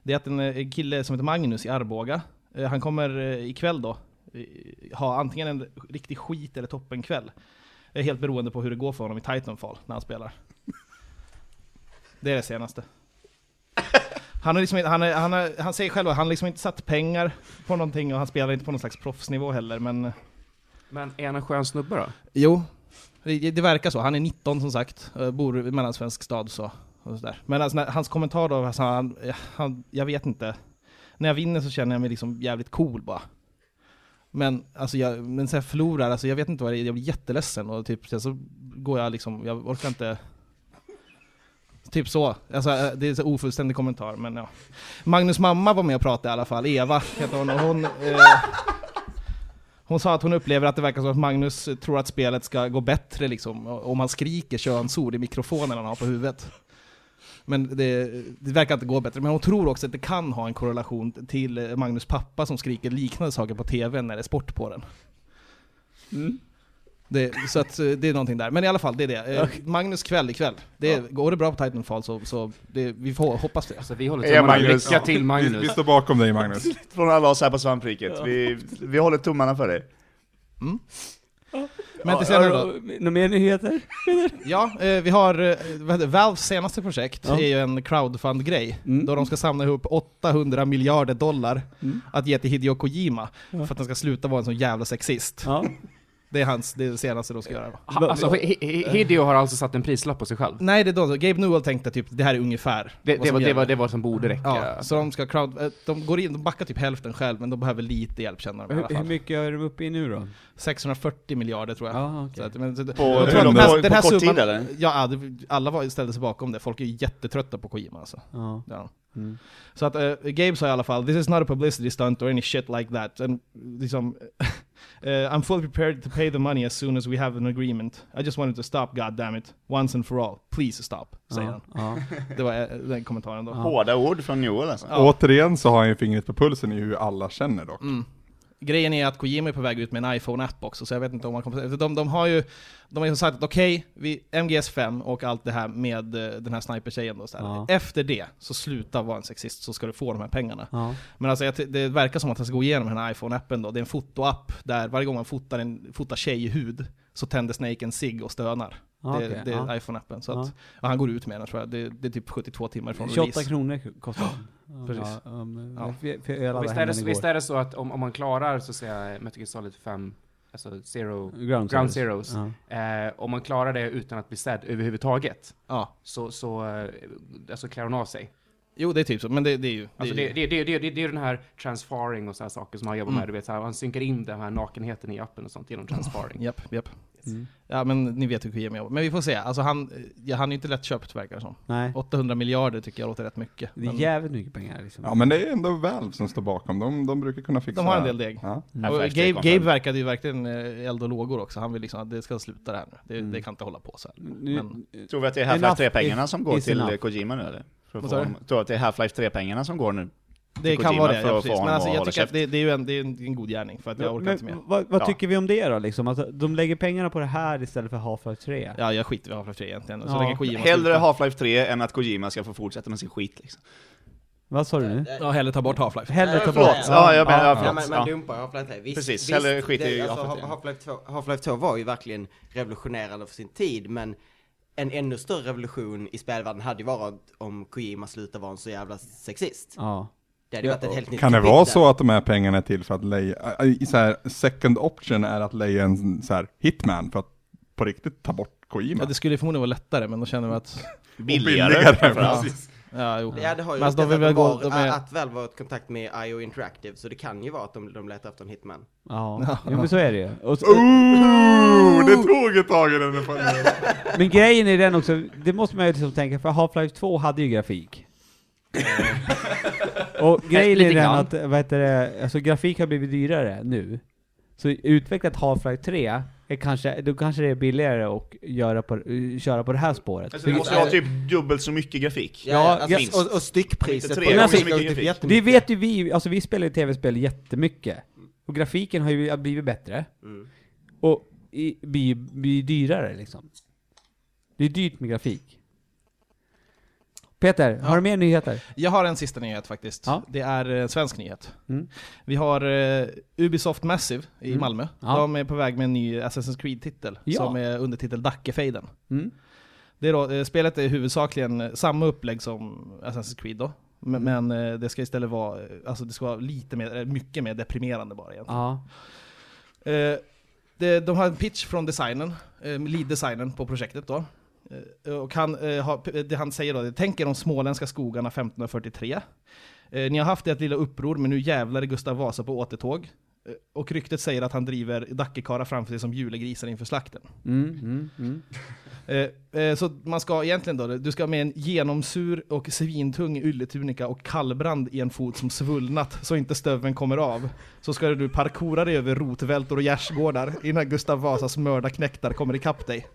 G: Det är att en eh, kille som heter Magnus i Arboga, eh, han kommer eh, ikväll då eh, ha antingen en riktig skit eller toppenkväll. Det är helt beroende på hur det går för honom i Titanfall när han spelar. Det är det senaste.
D: Han, har liksom, inte- han, är, han, har, han säger själv att han har liksom inte satt pengar på någonting och han spelar inte på någon slags proffsnivå heller,
G: eh,
D: men...
C: Men är han en skön snubbe då?
D: Jo, det, det verkar så. Han är 19 som sagt, eh, bor i mellansvensk stad så. Och så där. Men alltså, när, hans kommentar då, alltså, han, eh, han, jag vet inte. När jag vinner så känner jag mig liksom jävligt cool bara. Men, alltså jag, men så jag förlorar, alltså jag vet inte vad det är, jag blir jätteledsen och typ, sen så går jag liksom, jag orkar inte Typ så. Alltså, eh, det är en så ofullständig kommentar, men ja. Magnus mamma var med och pratade i alla fall, Eva heter hon, och hon... Eh, hon sa att hon upplever att det verkar som att Magnus tror att spelet ska gå bättre liksom, om han skriker könsord i mikrofonen han har på huvudet. Men det, det verkar inte gå bättre. Men hon tror också att det kan ha en korrelation till eh, Magnus pappa som skriker liknande saker på TV när det är sport på den. Det, så att eh, det är någonting där. Men i alla fall, det är det. Eh, Magnus kväll ikväll. Det, Går det bra på Titanfall så, så det, vi får hoppas det.
C: Alltså vi håller
B: Ja,
C: tummarna.
B: Magnus.
C: Lycka till
E: Vi, vi
C: Magnus.
E: står bakom dig Magnus.
B: Från alla oss här på svampriket. Vi, vi håller tummarna för dig.
D: Men till senare då.
A: Några mer nyheter?
D: (laughs) Ja, eh, vi har eh, vad heter det? Valves senaste projekt är ju en crowdfund-grej,
A: Mm.
D: då de ska samla ihop 800 miljarder dollar
A: Mm.
D: att ge till Hideo Kojima,
A: Ja.
D: för att han ska sluta vara en sån jävla sexist.
A: Ja.
D: Det är hans, det, är det senaste de ska göra. va?
C: (laughs) Ha- Alltså Hi- Hi- Hideo har alltså satt en prislapp på sig själv.
D: Nej, det är de, Gabe Newell tänkte typ det här är ungefär
C: Det,
D: vad
C: det,
D: som
C: var, det,
D: gäller.
C: var, det var som borde räcka.
D: Ja, så de ska crowd, eh, de går in, de backar typ hälften själv, men de behöver lite hjälp känner de i alla
A: Hur, hur
D: fall.
A: mycket är de uppe i nu då?
D: 640 miljarder tror jag. Så
A: Ja, okej.
D: att, men, så,
B: På,
D: jag tror att
E: på-
D: den här,
B: på-
D: den här
B: på kort tid,
D: summan,
B: eller?
D: Ja, det- alla var, ställde sig bakom det. Folk är ju jättetrötta på Kojima alltså.
A: Ja.
D: Ja.
A: Mm.
D: Så att eh, Gabe sa i alla fall, this is not a publicity stunt or any shit like that. And liksom, (laughs) eh, I'm fully prepared to pay the money as soon as we have an agreement. I just wanted to stop, god damn it. Once and for all. Please stop, säger
A: Ja.
D: han.
A: Ja.
D: Det var eh, den kommentaren då.
A: Ja.
B: Hårda ord från Joel alltså.
D: (laughs) Ja.
E: Återigen så har han ju fingret på pulsen i hur alla känner dock.
D: Mm. Grejen är att Kojima är på väg ut med en iPhone-app också, så jag vet inte om man kommer... för De, de har ju de har ju sagt att okej, vi MGS 5 och allt det här med eh, den här sniper-tjejen då, så här.
A: Ja.
D: Efter det, så sluta vara en sexist så ska du få de här pengarna. (laughs)
A: Ja.
D: Men alltså jag ty- det verkar som att han ska gå igenom den här iPhone-appen då. Det är en fotoapp där varje gång man fotar en fotar tjej i hud så tänder Snake en cigg och stönar.
A: Ja,
D: det,
A: okej,
D: det är
A: ja.
D: iPhone-appen. Så
A: Ja.
D: att, ja, han går ut med den tror jag. Det, det är typ 72 timmar från
A: 28
D: release.
A: kronor kostar den.
D: precis.
A: Ja, um,
D: Ja.
A: För, för jag
C: Visst
A: laddade hem
C: är, det,
A: den igår.
C: visst är det så att om, om man klarar så att säga Metal Gear Solid 5, alltså Zero,
A: Ground,
C: Ground
A: Zeroes.
C: Zeros, eh, om man klarar det utan att bli sedd överhuvudtaget,
D: Ja.
C: så, så eh, alltså klär hon av sig.
D: Jo, det är typ så. Men det, det är ju...
C: Alltså
D: det, är
C: det,
D: ju-
C: det, det, det, det, det är den här transfaring och sådana saker som han jobbar
D: Mm.
C: med, du vet, så här, han synkar in den här nakenheten i appen och sånt genom transfaring.
D: Japp, japp.
A: Ja. Mm.
D: Ja men ni vet hur Kojima jobbar. Men vi får se. Alltså han, eh, ja, han är ju inte lättköpt verkar det som.
A: Nej.
D: 800 miljarder tycker jag låter rätt mycket.
A: Det är
D: Men
A: jävligt mycket pengar liksom.
E: Ja men det är ändå Valve som står bakom, de, de brukar kunna fixa
D: de har en del deg.
E: Ja.
A: Mm.
D: Och Gabe,
B: Affärsdeg,
D: Gabe verkade ju verkligen eh, eld och lågor också. Han vill liksom att det ska sluta det här nu. Det,
A: Mm.
D: det kan inte hålla på så här.
A: Nu,
D: Men-
B: Tror vi att det är
A: Enough
B: Half-Life 3-pengarna
A: is-
B: som går
A: is
B: till
A: enough.
B: eh, Kojima nu eller? För
D: Vad
B: att få
D: sa du?
B: honom, tror du att det är Half-Life 3-pengarna som går nu?
D: Det
B: till
D: kan
B: Kojima
D: vara det,
B: för
D: ja,
B: att
D: precis.
B: få
D: Men
B: honom
D: alltså,
B: att
D: jag
B: hålla
D: tycker att
B: käften.
D: det, det är ju en, det är en, en god gärning, för att jag orkar
A: men,
D: inte mer.
A: Vad, vad
B: Ja.
A: tycker vi om det då liksom? Att de lägger pengarna på det här istället för Half-Life 3?
D: Ja, jag skiter i Half-Life 3 egentligen. Så
A: Ja.
D: länge Kojima
B: Hellre
D: slutar.
B: Half-Life 3 än att Kojima ska få fortsätta med sin skit liksom.
A: Vad sa du nu?
D: Ja, hellre ta bort Half-Life.
A: Hellre
F: Nej,
A: ta bort...
F: förlåt.
B: Ja, jag menar-
F: Ja, men, men
B: Ja.
F: dumpa Half-Life 3. Visst,
B: Precis,
F: visst,
B: hellre skit i
F: det- alltså,
B: Half-Life 3.
F: Half-Life 2. Half-Life 2 var ju verkligen revolutionerande för sin tid, men en ännu större revolution i spelvärlden hade ju varit om Kojima slutade vara en så jävla sexist.
A: Ja.
F: Det hade ju varit ett helt nytt
E: Kan det
F: kapitel.
E: vara så att de här pengarna är till för att leja, äh, i så här, second option är att leja en så här hitman för att på riktigt ta bort Kojima?
D: Ja, det skulle förmodligen vara lättare, men då känner vi att...
B: Billigare.
E: Ja.
B: precis.
D: Ja, jo.
F: Ja, det har ju
D: Men alltså, de
F: ryktats
D: vill väl
F: att,
D: gå...
F: var,
D: De är,
F: att väl varit i kontakt med IO Interactive, så det kan ju vara att de, de letar efter en hitman.
B: (laughs)
A: Ja. Jo, men så är det ju. Och så,
B: Uh!
E: Ooh, det tog ett tag innan det fanns.
A: Men grejen är den också, det måste man ju liksom tänka, för Half-Life 2 hade ju grafik.
B: Eh. (laughs)
A: och grejen är
C: Lite
A: den
C: grann.
A: att, vad heter det, alltså grafik har blivit dyrare nu. Så utvecklat Half-Life 3, är kanske, då kanske det är billigare att göra på, köra på det här spåret.
B: Alltså, det måste ju ha typ dubbelt så mycket grafik.
F: Ja,
A: Ja,
F: alltså,
B: minst.
F: och, och styckpriset
B: Inte
F: på
B: tre
F: det
A: gånger
F: var
A: så
F: typ
B: mycket grafik.
A: Det
F: jättemycket.
A: vet ju vi, alltså vi spelar ju tv-spel jättemycket. Och grafiken har ju blivit bättre.
F: Mm.
A: Och i, blir, blir dyrare liksom. Det är dyrt med grafik. Peter, har du mer nyheter?
D: jag har en sista nyhet faktiskt.
A: Ja.
D: Det är eh, en svensk nyhet.
A: Mm.
D: Vi har eh, Ubisoft Massive i
A: Mm.
D: Malmö.
A: Ja.
D: De är på väg med en ny Assassin's Creed-titel,
A: Ja.
D: som är undertitel Dackefejden.
A: Mm.
D: Det är då, eh, spelet är huvudsakligen eh, samma upplägg som Assassin's Creed då.
A: Mm.
D: Men, men eh, det ska istället vara, eh, alltså det ska vara lite mer, eh, mycket mer deprimerande bara egentligen.
A: Ja.
D: Eh, det, de har en pitch från designen, eh, lead-designen på projektet då. Eh, och han, eh, har, det han säger då, det, tänk er de småländska skogarna 1543. Eh, ni har haft ert lilla uppror, men nu jävlar är Gustav Vasa på återtåg. Eh, och ryktet säger att han driver Dackekara framför sig som julegrisar inför slakten.
A: Mm, mm, mm.
D: Eh, eh, så man ska egentligen då, du ska med en genomsur och svintung ylletunika och kallbrand i en fot som svullnat så inte stöveln kommer av. Så ska du parkoura dig över rotvältor och gärdsgårdar innan Gustav Vasas mördarknektar kommer ikapp dig.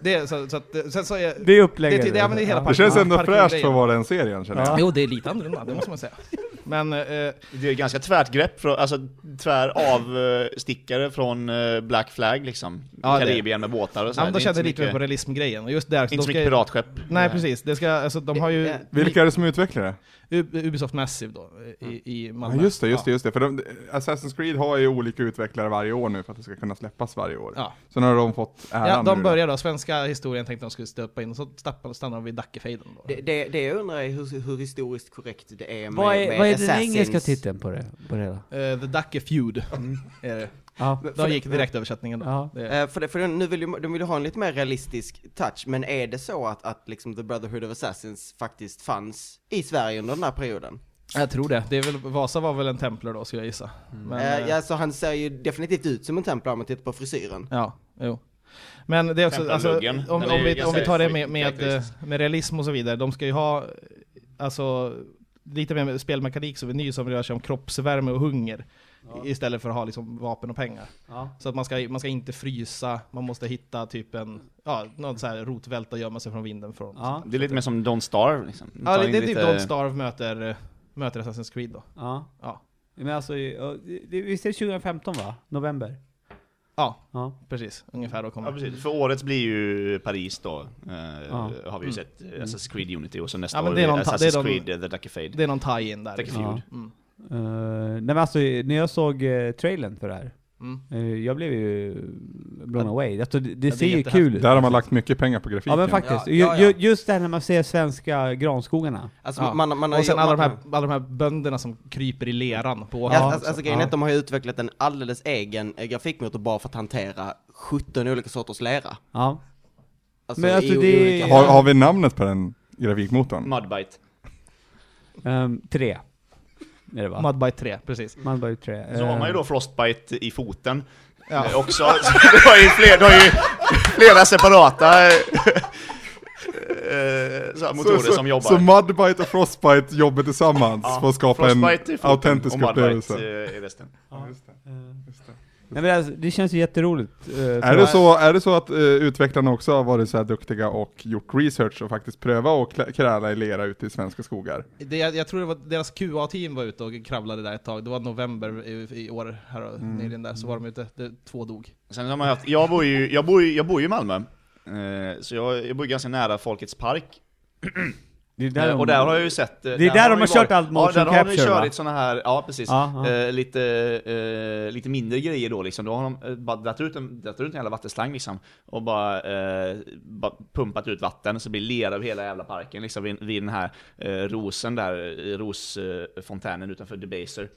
D: Det är så, så att, eh, sen så är...
A: Det är upplägget.
D: Det- det- ja, men det är hela
E: Det
D: packen.
E: känns ändå
D: Ja,
E: fräscht för
D: parkour-grejen.
E: att vara en serien känner jag.
A: Ja.
D: Jo, det är lite annorlunda, det måste man säga. Men eh,
B: Det är ganska tvärt grepp, från, alltså tvär avstickare från eh, Black Flag liksom.
D: Ja, det-
B: Karibien med båtar och så.
D: ja,
B: här.
D: men
B: Det
D: då
B: är
D: kände jag
B: inte
D: lite
B: så
D: mer på
B: mycket-
D: realismgrejen. Och Just där, så
B: Inte
D: de
B: så
D: ska
B: mycket
D: ju-
B: piratskepp.
D: Nej precis, det ska, alltså, de har ju
F: Eh, eh,
E: Vilka är det som utvecklar det?
D: Ub- Ubisoft Massive då, i, i
E: Mm. Ja,
D: Malmö.
E: just det, just det,
D: Ja.
E: just det. För de, eh, Assassin's Creed har ju olika utvecklare varje år nu för att det ska kunna släppas varje år.
D: Ja.
E: Så nu har de fått äran
D: Ja,
E: nu
D: de
E: då.
D: börjar då, svenska historien tänkte de skulle stöpa in, och så stappar- stannar de vid Dackefejden då.
F: Det, det, det jag undrar är hur, hur historiskt korrekt det är med
A: Vad är,
F: med
A: vad är den
F: Assassins.
A: engelska titeln på det? På det hela?
D: Eh, The Dacke Feud, är det.
A: Ja.
D: Då gick direktöversättningen då.
A: Ja.
D: Det-
F: Eh, för det, för den, nu vill ju, de vill ju ha en lite mer realistisk touch, men är det så att, att liksom The Brotherhood of Assassins faktiskt fanns i Sverige under den här perioden?
D: Jag tror det. det är väl, Vasa var väl en templer då, skulle jag gissa. Men,
F: Eh,
D: eh,
F: ja, så han ser ju definitivt ut som en templar om man tittar på frisyren.
D: Ja, jo. Men det är också, alltså,
B: Templarluggen,
D: om,
B: den
D: om,
B: är
D: vi, om vi tar det med,
B: ganska
D: med, eh, med realism och så vidare, de ska ju ha alltså, lite mer spelmekanik som är ny som rör sig om kroppsvärme och hunger. i- Istället för att ha liksom, vapen och pengar.
A: Ja.
D: Så att man ska, man ska inte frysa, man måste hitta typ en, ja, någon så här rotvälta och gömma sig från vinden från.
A: Ja.
B: Det är lite mer som Don't Starve liksom.
D: Ja,
B: Ta
D: det,
B: in
D: det är typ
B: lite-
D: Don't Starve möter, eh, möter Assassin's Creed då.
A: ja.
D: Ja,
A: Men alltså, ja, det- det- visst är det 2015 va? November?
D: ja
A: Ja.
D: precis. Ungefär då kommer
B: Ja, precis. För årets blir ju Paris då, eh,
A: Ja.
B: har vi ju sett. eh, Assassin's Creed Unity och så nästa
D: Ja, men
B: år
D: det är någon-
B: Assassin's
D: det är någon-
B: Creed eh, The Ducky Fade.
D: Det är någon tie-in där.
B: Ducky
D: liksom.
B: Feud.
D: Mm.
A: Eh, nej men alltså, när jag såg eh, trailern för det här,
D: Mm.
A: eh, jag blev ju blown away. Alltså, det det
D: Ja, det
A: ser
D: är
A: ju
D: jättehäftigt.
A: kul ut.
E: Där har man lagt mycket pengar på grafiken.
A: Ja men faktiskt.
F: Ja, ja,
A: Ju- ju-
F: ja.
A: Just det här när man ser svenska granskogarna.
F: Alltså,
D: Ja.
F: man, man har
D: Och sen
F: ju-
D: alla
F: man-
D: de, här, alla de här bönderna som kryper i leran på
F: Ja,
D: åkern
F: alltså,
D: också.
F: alltså grejen är
A: Ja.
F: att de har ju utvecklat en alldeles egen eh, grafikmotor bara för att hantera 17 olika sorters lera.
A: Ja.
F: Alltså,
A: Men alltså,
F: i- i
A: det-
F: olika-
E: Har, har vi namnet på den grafikmotorn?
B: Mudbite.
A: Ehm, tre. Är
F: alltså-
A: det va?
D: Mudbite 3, precis.
A: man var ju tre.
B: Så har
A: Ehm,
B: man ju då Frostbite i foten
D: Ja.
B: eh, också. (laughs) Så det har ju, fler, det har ju flera separata eh, eh, så här motorer som jobbar.
E: Så Mudbite och Frostbite jobbar tillsammans
B: Ja,
E: för att skapa en
B: Frostbite i foten
E: autentisk
B: och Mudbite,
E: upplevelse.
B: eh, i resten.
A: Nej, men alltså, det känns ju jätteroligt. eh, för
E: Är
A: att-
E: det, så, är det så att eh, utvecklarna också har varit så här duktiga och gjort research och faktiskt pröva att klä- kräla i lera ute i svenska skogar?
D: Det, jag, jag tror det var deras QA-team var ute och kravlade där ett tag. Det var november i, i år, här och
F: Mm.
D: nyligen där, så var de ute. Det, två dog.
B: Sen har man haft, jag bor ju, jag bor ju, jag bor ju i Malmö. Eh, Så jag, jag bor ju ganska nära Folkets Park.
A: Det är
B: Eh,
A: de-
B: och där har jag ju sett... Det
A: är där de har kört allt motion
B: Ja, där har de ju
A: capture, va?
B: kört såna här, ja precis.
A: Ja, ja.
B: Eh, lite, eh, lite mindre grejer då liksom. Då har de eh, bara dratt ut en, dratt ut en jävla vattenslang liksom. Och bara, eh, bara pumpat ut vatten så det blir lera över hela jävla parken liksom. Vid, vid den här eh, rosen där, eh, rosfontänen utanför Debaser.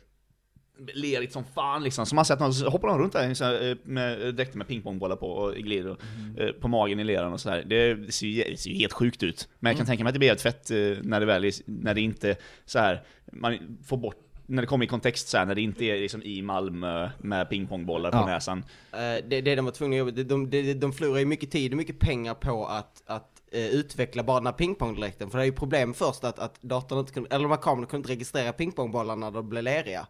B: Lerigt som fan liksom, som man sett någon, så hoppar de runt där liksom, eh, med dräkter med pingpongbollar på och glider och,
A: Mm.
B: eh, på magen i leran och sådär. Det, det, ser ju, det ser ju helt sjukt ut. Men
A: Mm.
B: jag kan tänka mig att det blir helt fett eh, när det väl är, när det inte så här man får bort när det kommer i kontext så här, när det inte är liksom i Malmö med pingpongbollar på
D: Ja.
B: näsan.
F: Eh, det, det de var tvungna att jobba, de, de, de, de förlorar ju mycket tid och mycket pengar på att, att eh, utveckla bara den här pingpongdräkten. För det är ju problem först att, att datorn inte kunde, eller de här kamerorna kunde inte registrera pingpongbollarna när de blev leriga.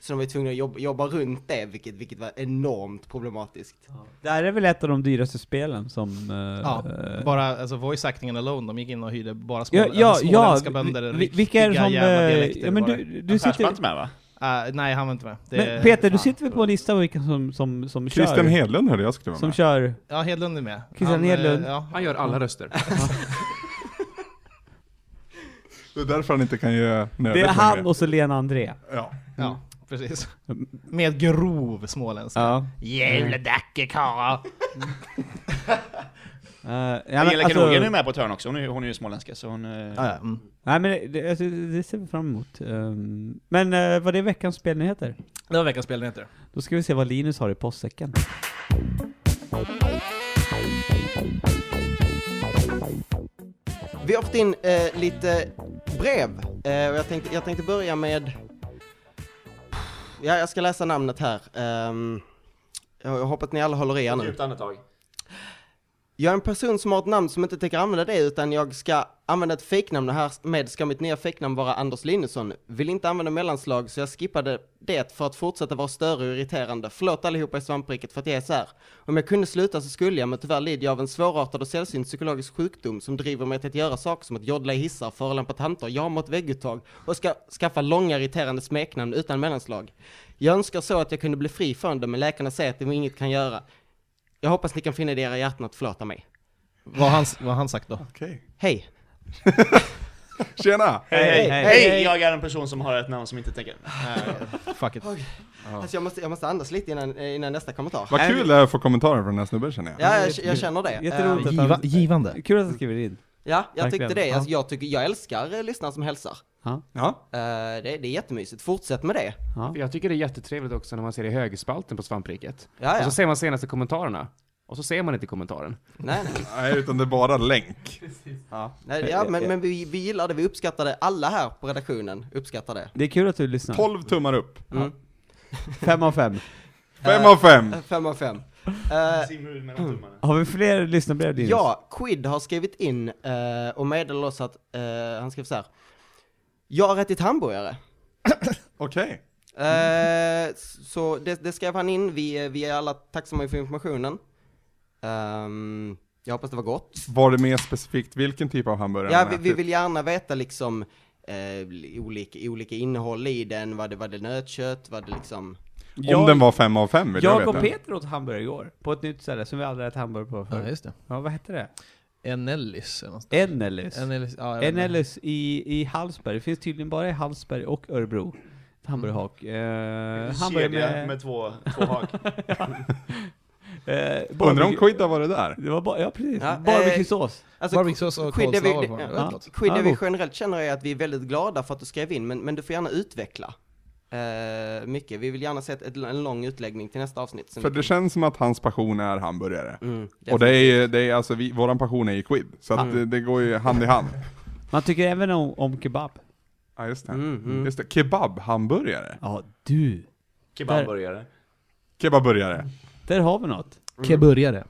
F: Så de var ju tvungna att jobba, jobba runt det, vilket, vilket var enormt problematiskt.
A: Det här är väl ett av de dyraste spelen som... eh,
D: Ja,
A: eh,
D: bara alltså voice actingen alone, de gick in och hyrde bara små,
A: Ja, ja,
D: alltså,
A: ja,
D: småländska bönder,
A: vi- vi-
D: riktiga
A: vilka är det som...
D: jävla
A: eh,
D: dialekter
A: Ja, men
D: bara.
A: du, du
B: Du sitter... var
A: sitter,
B: inte med va?
D: Ah, nej, han var inte med. Det-
A: men Peter,
D: fan.
A: du sitter väl på en lista av vilka som, som, som kör?
E: Christian Hedlund hörde jag skulle vara
A: Som
E: med.
A: kör...
D: Ja, Hedlund är med.
A: Christian
D: eh,
A: Hedlund.
D: Ja,
C: Han gör alla röster.
E: Det är därför han inte kan göra nödet
A: Det är han
E: längre.
A: och så Lena André.
E: Ja.
A: Mm.
D: ja, precis. Med grov småländska.
A: Ja.
D: Jävla dacke, karlar!
A: Eh, ja, men
B: Angela
A: alltså-
B: Kanogen är ju med på ett hörn också, hon är, ju- hon är ju småländska så hon... eh,
D: Ja, ja, mm.
A: Nej men det, alltså, det ser vi fram emot. Ehm, men uh, vad det är veckans spelnyheter?
D: Det var veckans spelnyheter.
A: Då ska vi se vad Linus har i postsäcken.
F: Vi har fått in eh, lite brev. Eh, och jag, tänkte, jag tänkte börja med... Ja, jag ska läsa namnet här. Ehm, jag jag hoppas att ni alla håller i er nu.
B: andetag.
F: Jag är en person som har ett namn som inte tänker använda det utan jag ska använda ett fejknamn och härmed ska mitt nya fejknamn vara Anders Linusson. Vill inte använda mellanslag så jag skippade det för att fortsätta vara större och irriterande. Förlåt allihopa i svampriket för att jag är så här. Om jag kunde sluta så skulle jag men tyvärr lider jag av en svårartad och sällsynt psykologisk sjukdom som driver mig till att göra saker som att joddla i hissar, förolämpa tanter, jaga mot vägguttag och ska skaffa långa irriterande smeknamn utan mellanslag. Jag önskar så att jag kunde bli fri från det men läkarna säger att de inget kan göra. Jag hoppas ni kan finna det i era hjärtan att förlåta mig.
D: Vad har han, vad har han sagt då?
E: Okej.
F: Hej!
E: Tjena!
B: Hej hej,
A: Hej,
B: hej,
A: hej.
B: Jag är en person som har ett namn som inte tänker... Nej.
D: Fuck it.
F: Alltså jag måste, jag måste andas lite innan, innan nästa kommentar.
E: Vad kul det är att få kommentarer från den här snubben känner jag.
F: Ja, jag, jag känner det.
A: Jätteroligt.
F: Eh,
D: Giva, givande.
A: Kul att han skriver in.
F: ja, jag
A: Verkligen.
F: tyckte det.
A: Ja.
F: Alltså, jag, tycker, jag älskar eh, lyssnare som hälsar.
E: Ja.
F: Eh, det, det är jättemysigt. Fortsätt med det.
C: Jag tycker det är jättetrevligt också när man ser det i högerspalten på svampriket.
F: Ja,
A: Alltså,
C: Och
F: ja.
C: så ser man senaste kommentarerna. Och så ser man inte kommentaren.
F: Nej, nej.
E: Nej, utan det är bara länk.
F: nej ja, men, men vi, vi gillar det. Vi uppskattar det. Alla här på redaktionen uppskattar det.
A: Det är kul att du lyssnar.
E: 12 tummar upp.
A: Fem av fem.
E: Fem av fem.
F: Eh, Fem av fem. Eh,
B: Simma ut mellan tummarna.
A: Har vi fler lyssnarbrev Linus?
F: Ja, Quid har skrivit in eh, och meddelar oss att, eh, han skrev så här. Jag har ätit hamburgare.
E: Okej.
F: Eh, s- så det, det skrev han in, vi, vi är alla tacksamma för informationen. Ehm, jag hoppas det var gott.
E: Var det mer specifikt vilken typ av hamburgare
F: Ja,
E: han
F: vi, vi
E: ätit?
F: vill gärna veta liksom eh, olika, olika innehåll i den, var det, var det nötkött, var det liksom...
E: Om
A: Jag-
E: den var fem av fem vill jag,
A: Jag och
E: veta.
A: Peter åt hamburgare igår, på ett nytt ställe som vi aldrig ätit hamburgare på
D: Ja,
A: förut.
D: just det.
A: Ja, vad hette det?
D: Enellis eller något.
A: Ennellis.
D: Enellis, ja, jag vet inte.
A: Ennellis i, i Hallsberg. Det finns tydligen bara i Hallsberg och Örebro. Ett hamburgerhak. Eh, hamburgare
B: Kedja
A: med...
B: med, två,
A: (laughs)
B: två hak.
A: eh,
E: Undrar om
A: barbecue-
E: Quidda var det
F: Mm.
E: där?
A: Det var bara, ja precis.
F: Ja, eh,
A: Barbecuesås.
F: Alltså,
D: Barbecuesås och
F: Quid, det vi-
D: coleslaw.
F: det-
D: på den.
A: ja.
D: Rätt gott.
F: Quid,
A: Ja,
F: det vi
A: gott.
F: generellt känner är att vi är väldigt glada för att du skrev in, men, men du får gärna utveckla. eh, mycket, vi vill gärna se ett, ett, en lång utläggning till nästa avsnitt. sen
E: För
F: vi
E: det
F: kan-
E: känns som att hans passion är hamburgare.
F: Mm,
E: Och det är, ju- det är alltså, vi, våran passion är ju Quid. Så att det, det går ju hand i hand.
A: Man tycker även om, om kebab.
E: Ja, just det.
F: Mm, mm.
E: Just det. Kebabhamburgare.
A: Ja, du.
B: Kebabburgare.
E: Kebabburgare.
A: Där har vi något.
D: Keburgare.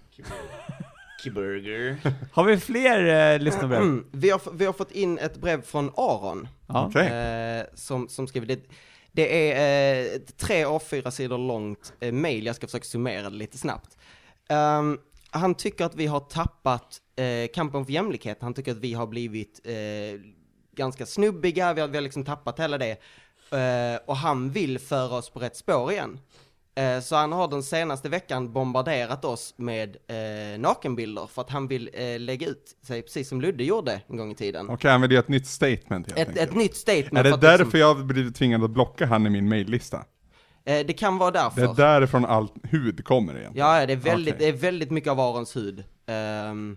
A: (laughs)
B: Keburger.
A: Har vi fler eh, lyssnarbrev?
F: Mm, vi, har, f- vi har fått in ett brev från Aron
A: Ja.
E: Okej.
F: eh, som, som skriver det. Det är eh, ett tre A4 sidor långt eh, mail, jag ska försöka summera det lite snabbt. Ehm, han tycker att vi har tappat eh, kampen för jämlikhet, han tycker att vi har blivit eh, ganska snubbiga, vi har, vi har liksom tappat hela det. Eh, och han vill föra oss på rätt spår igen. Eh, Så han har den senaste veckan bombarderat oss med eh, nakenbilder för att han vill eh, lägga ut sig precis som Ludde gjorde en gång i tiden.
E: Okej, han vill ge ett nytt statement helt
F: Ett,
E: enkelt.
F: ett nytt statement.
E: är det
F: för att
E: därför
F: liksom-
E: jag blivit tvingad att blocka han i min maillista?
F: eh, det kan vara därför.
E: Det
A: Alltså.
E: är därifrån all hud kommer igen.
F: Ja, ja, det är, väldigt,
E: Okej.
F: det är väldigt mycket av Arons hud. Ehm,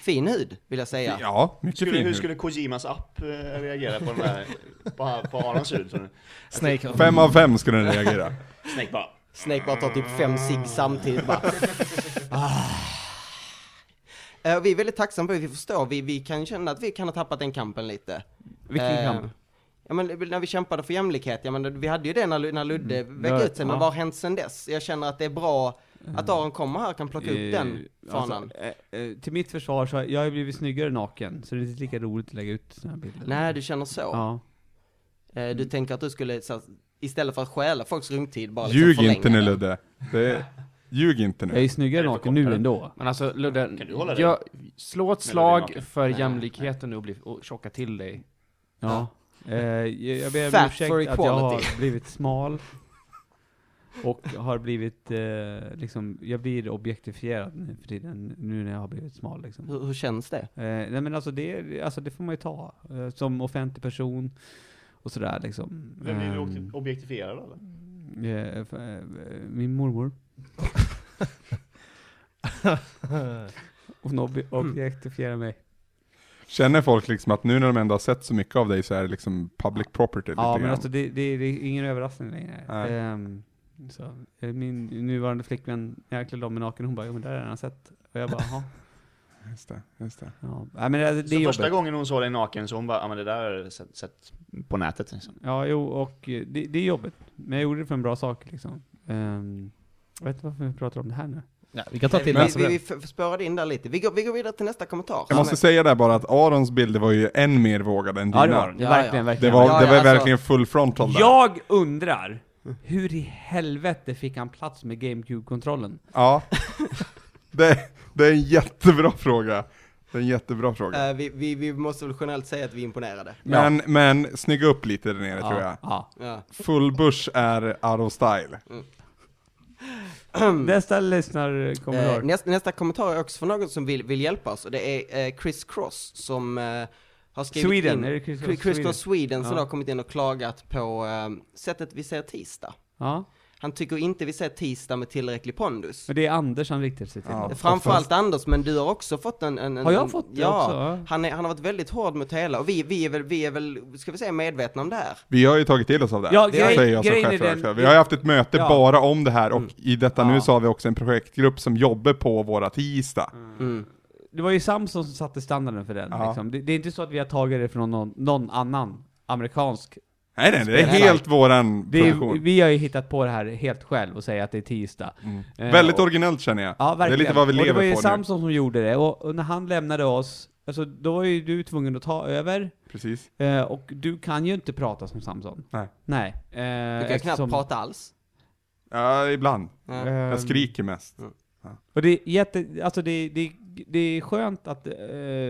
F: fin hud, vill jag säga.
E: Ja, mycket
B: Skulle,
E: fin
B: hur
E: hud.
B: skulle Kojimas app eh, reagera på den här, på, på Arons hud? tror ni?
D: Snake.
E: Fem av fem skulle den reagera.
B: Snake bara.
F: Snake bara tar typ fem cigg samtidigt bara. Ah. Eh, Vi är väldigt tacksamma för att vi förstår, vi, vi kan känna att vi kan ha tappat den kampen lite.
A: Vilken
F: Eh,
A: kamp?
F: Ja men när vi kämpade för jämlikhut, ja men vi hade ju det när, Lu- när Ludde väckte
A: Mm. Ja,
F: ut sig, men
A: ja.
F: vad har hänt sen dess? Jag känner att det är bra att Aron kommer här och kan plocka upp den
A: Eh,
F: fanan.
A: alltså, eh, eh, till mitt försvar så har jag har ju blivit snyggare naken, så det är inte lika roligt att lägga ut såna här bilder.
F: Nej, du känner så.
A: Ja.
F: Eh,
E: Mm.
F: Du tänker att du skulle, så, här, istället för att stjäla folks rymdtid, bara liksom
E: Ljug
F: förlänga
E: inte nu
F: den.
E: Ludde. Det, ljug inte
A: Jag är
E: nu.
A: ju snyggare naken nu ändå.
C: Men alltså Ludde,
B: Kan du hålla dig?
C: jag, slå ett
B: Eller är
C: slag
B: det
C: för jämlikheten nu och, bli, och tjocka till dig.
A: Ja. Eh, jag jag ber om
F: Fat
A: ursäkt
F: for
A: att jag
F: equality.
A: har blivit smal. Och har blivit, eh, liksom, jag blir objektifierad nu för tiden, nu när jag har blivit smal liksom.
F: Hur, hur känns det?
A: Eh, nej men alltså det, alltså det får man ju ta, eh, som offentlig person och sådär liksom.
B: Vem blir
A: Ehm,
B: du objektifierad av?
A: eh, f- eh, Min mormor. Hon ob-
E: Mm.
A: objektifierar mig.
E: Känner folk liksom att nu när de ändå har sett så mycket av dig så är det liksom public
A: Ja,
E: property lite
A: men
E: grann?
A: alltså det, det, det är ingen överraskning längre.
E: Nej.
A: Ehm, så, eh, min nuvarande flickvän, när jag klädde av mig naken, hon bara 'Jo men det har jag redan sett' och jag bara 'Jaha'
E: Just det, just det.
A: ja. Nej men det, det
B: Så
A: är
B: första
A: jobbigt.
B: gången hon såg dig naken så hon bara, ja men det där har jag sett, sett på nätet. Liksom.
A: Ja, jo, och eh, det, det är jobbigt. Men jag gjorde det för en bra sak liksom. Ehm, jag vet inte varför vi pratar om det här nu.
D: Ja, vi kan ta till
F: vi,
D: nästa
F: vi, vi
D: problem.
F: f- spårade in där lite. Vi går, vi går vidare till nästa kommentar. Eh,
E: Jag måste säga där bara att Arons bilder var ju än mer vågade än
A: Ja,
E: dina.
A: det var Verkligen,
F: Ja, ja.
E: Det
A: verkligen.
E: var,
F: Ja,
E: det
F: ja,
E: var
F: alltså-
E: verkligen full frontal där.
A: Jag undrar, hur i helvete fick han plats med GameCube-kontrollen?
E: Ja. (laughs) Det, det är en jättebra fråga. Det är en jättebra fråga.
F: Eh, vi, vi, vi måste väl generellt säga att vi är imponerade.
E: Men, men snygga upp lite där nere tror jag.
A: Ja, ja.
F: Ja.
E: Full bush är out of style.
A: Nästa lyssnarkommentar.
F: Eh, nästa, nästa kommentar är också från någon som vill, vill hjälpa oss och det är eh, Chris Cross som eh, har skrivit
A: Sweden,
F: in...
A: är det Chris Cross
F: Chris Cross
A: Sweden?
F: Sweden, Sweden som
A: Ja.
F: då har kommit in och klagat på eh, sättet vi säger tisdag.
A: ja.
F: Han tycker inte vi säger tisdag med tillräcklig pondus.
A: Men det är Anders han riktar sig till.
E: Ja.
F: Framförallt Anders, men du har också fått en... en, en
A: Har jag
F: en,
A: fått det
F: ja,
A: också? Ja.
F: Han, är, han har varit väldigt hård mot hela, och vi, vi, är, väl, vi är väl, ska vi säga medvetna om det här?
E: Vi har ju tagit till oss av det.
A: Ja,
E: det
A: grej-
E: säger jag som
A: grejen är
E: chefredaktör.
A: den-
E: Vi har ju haft ett möte
A: Ja. Mm.
E: bara om det här och i detta
A: Ja.
E: nu så har vi också en projektgrupp som jobbar på våra tisdag.
A: Mm.
F: Mm.
A: Det var ju Samsung som satte standarden för den.
E: Ja.
A: Liksom. Det, det är inte så att vi har tagit det från någon, någon annan amerikansk.
E: Nej, nej, det är
F: Spelare.
E: helt våran
A: Det är,
E: produktion.
A: vi har ju hittat på det här helt själv och säger att det är tisdag. Eh,
E: Väldigt
A: och-
E: originellt känner jag.
A: Ja,
E: det är
A: verkligen.
E: lite vad vi
A: och det
E: lever
A: var ju
E: på
A: Samsung som gjorde det, och, och när han lämnade oss, alltså, då var ju du tvungen att ta över,
E: nu. Precis.
A: eh, och du kan ju inte prata som Samson.
E: Nej.
A: Nej. Eh,
F: Du kan knappt prata alls.
E: Ja, ibland.
F: Ja.
A: Ehm.
E: Jag skriker mest.
A: Eh, Mm. Och det är jätte, alltså det, det, det är skönt att eh,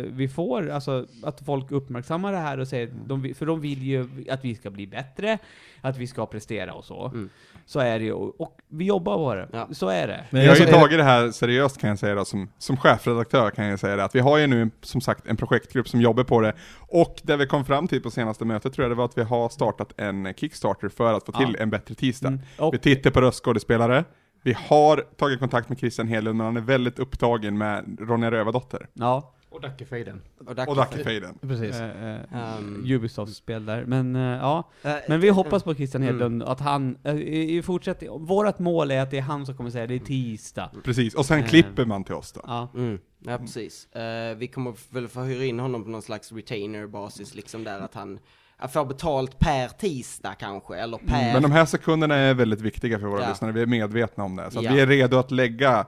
A: vi får, alltså att folk uppmärksammar det här och säger,
F: Mm.
A: de, vill- för de vill ju att vi ska bli bättre, att vi ska prestera och så. Så är det ju, och, och vi jobbar på det.
F: Mm. Ja.
A: Så är det.
D: Men
E: Jag har
D: alltså,
E: ju
D: är det-
E: tagit det här seriöst kan jag säga då, som, som chefredaktör kan jag säga det, att vi har ju nu som sagt en projektgrupp som jobbar på det, och det vi kom fram till på senaste mötet tror jag det var att vi har startat en Kickstarter för att få till en bättre tisdag.
A: Mm, och-
E: Vi tittar på röstskådespelare, vi har tagit kontakt med Christian Hedlund, men han är väldigt upptagen med Ronja Rövardotter
A: Ja.
C: Och Dackefejden.
F: Dac-
E: och Dackefejden.
D: Precis.
A: Eh, eh,
F: Ehm.
E: Mm.
A: Ubisoft-spel där. Men eh, ja.
F: Eh,
A: Men vi hoppas på Christian
E: Mm.
A: Hedlund, att han, eh, i, i fortsätt, vårat mål är att det är han som kommer säga det
E: Mm.
A: är tisdag.
E: Precis, och sen klipper man till oss då.
A: Eh. Ja.
F: Mm. Ja, precis. Eh, vi kommer väl få hyra in honom på någon slags retainer-basis, liksom där att han han får betalt per tisdag kanske, eller per...
E: Mm. Men de här sekunderna är väldigt viktiga för våra
F: Ja.
E: lyssnare, vi är medvetna om det, så att
F: Ja.
E: vi är redo att lägga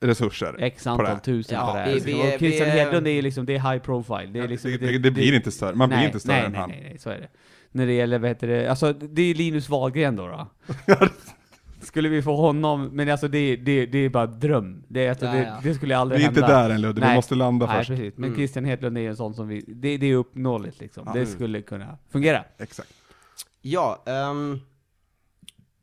E: resurser
A: X
E: på det
A: antal
E: här.
A: tusen
F: Ja,
A: på det här.
F: vi- vi-
A: och Christian
F: vi-
A: Hedlund är ju liksom, det är high profile. Det, är liksom,
E: det, det, det blir inte större, man blir
A: nej,
E: inte större
A: nej,
E: än
A: nej,
E: han.
A: Nej, nej, så är det. När det gäller, vad heter det, alltså det är Linus Wahlgren då.
E: (laughs)
A: då. skulle vi få honom, men alltså det, det, det är bara dröm. Det, är alltså,
F: Ja,
A: det,
F: ja.
A: det skulle aldrig
E: Vi är
A: hända.
E: inte där än Ludde, vi
A: Nej.
E: måste landa
A: Nej,
E: först.
A: precis. Men Christian Hedlund är ju en sån som vi, det, det är uppnåeligt liksom.
E: Ja.
A: Det skulle kunna fungera.
E: Exakt.
F: Ja, ehm,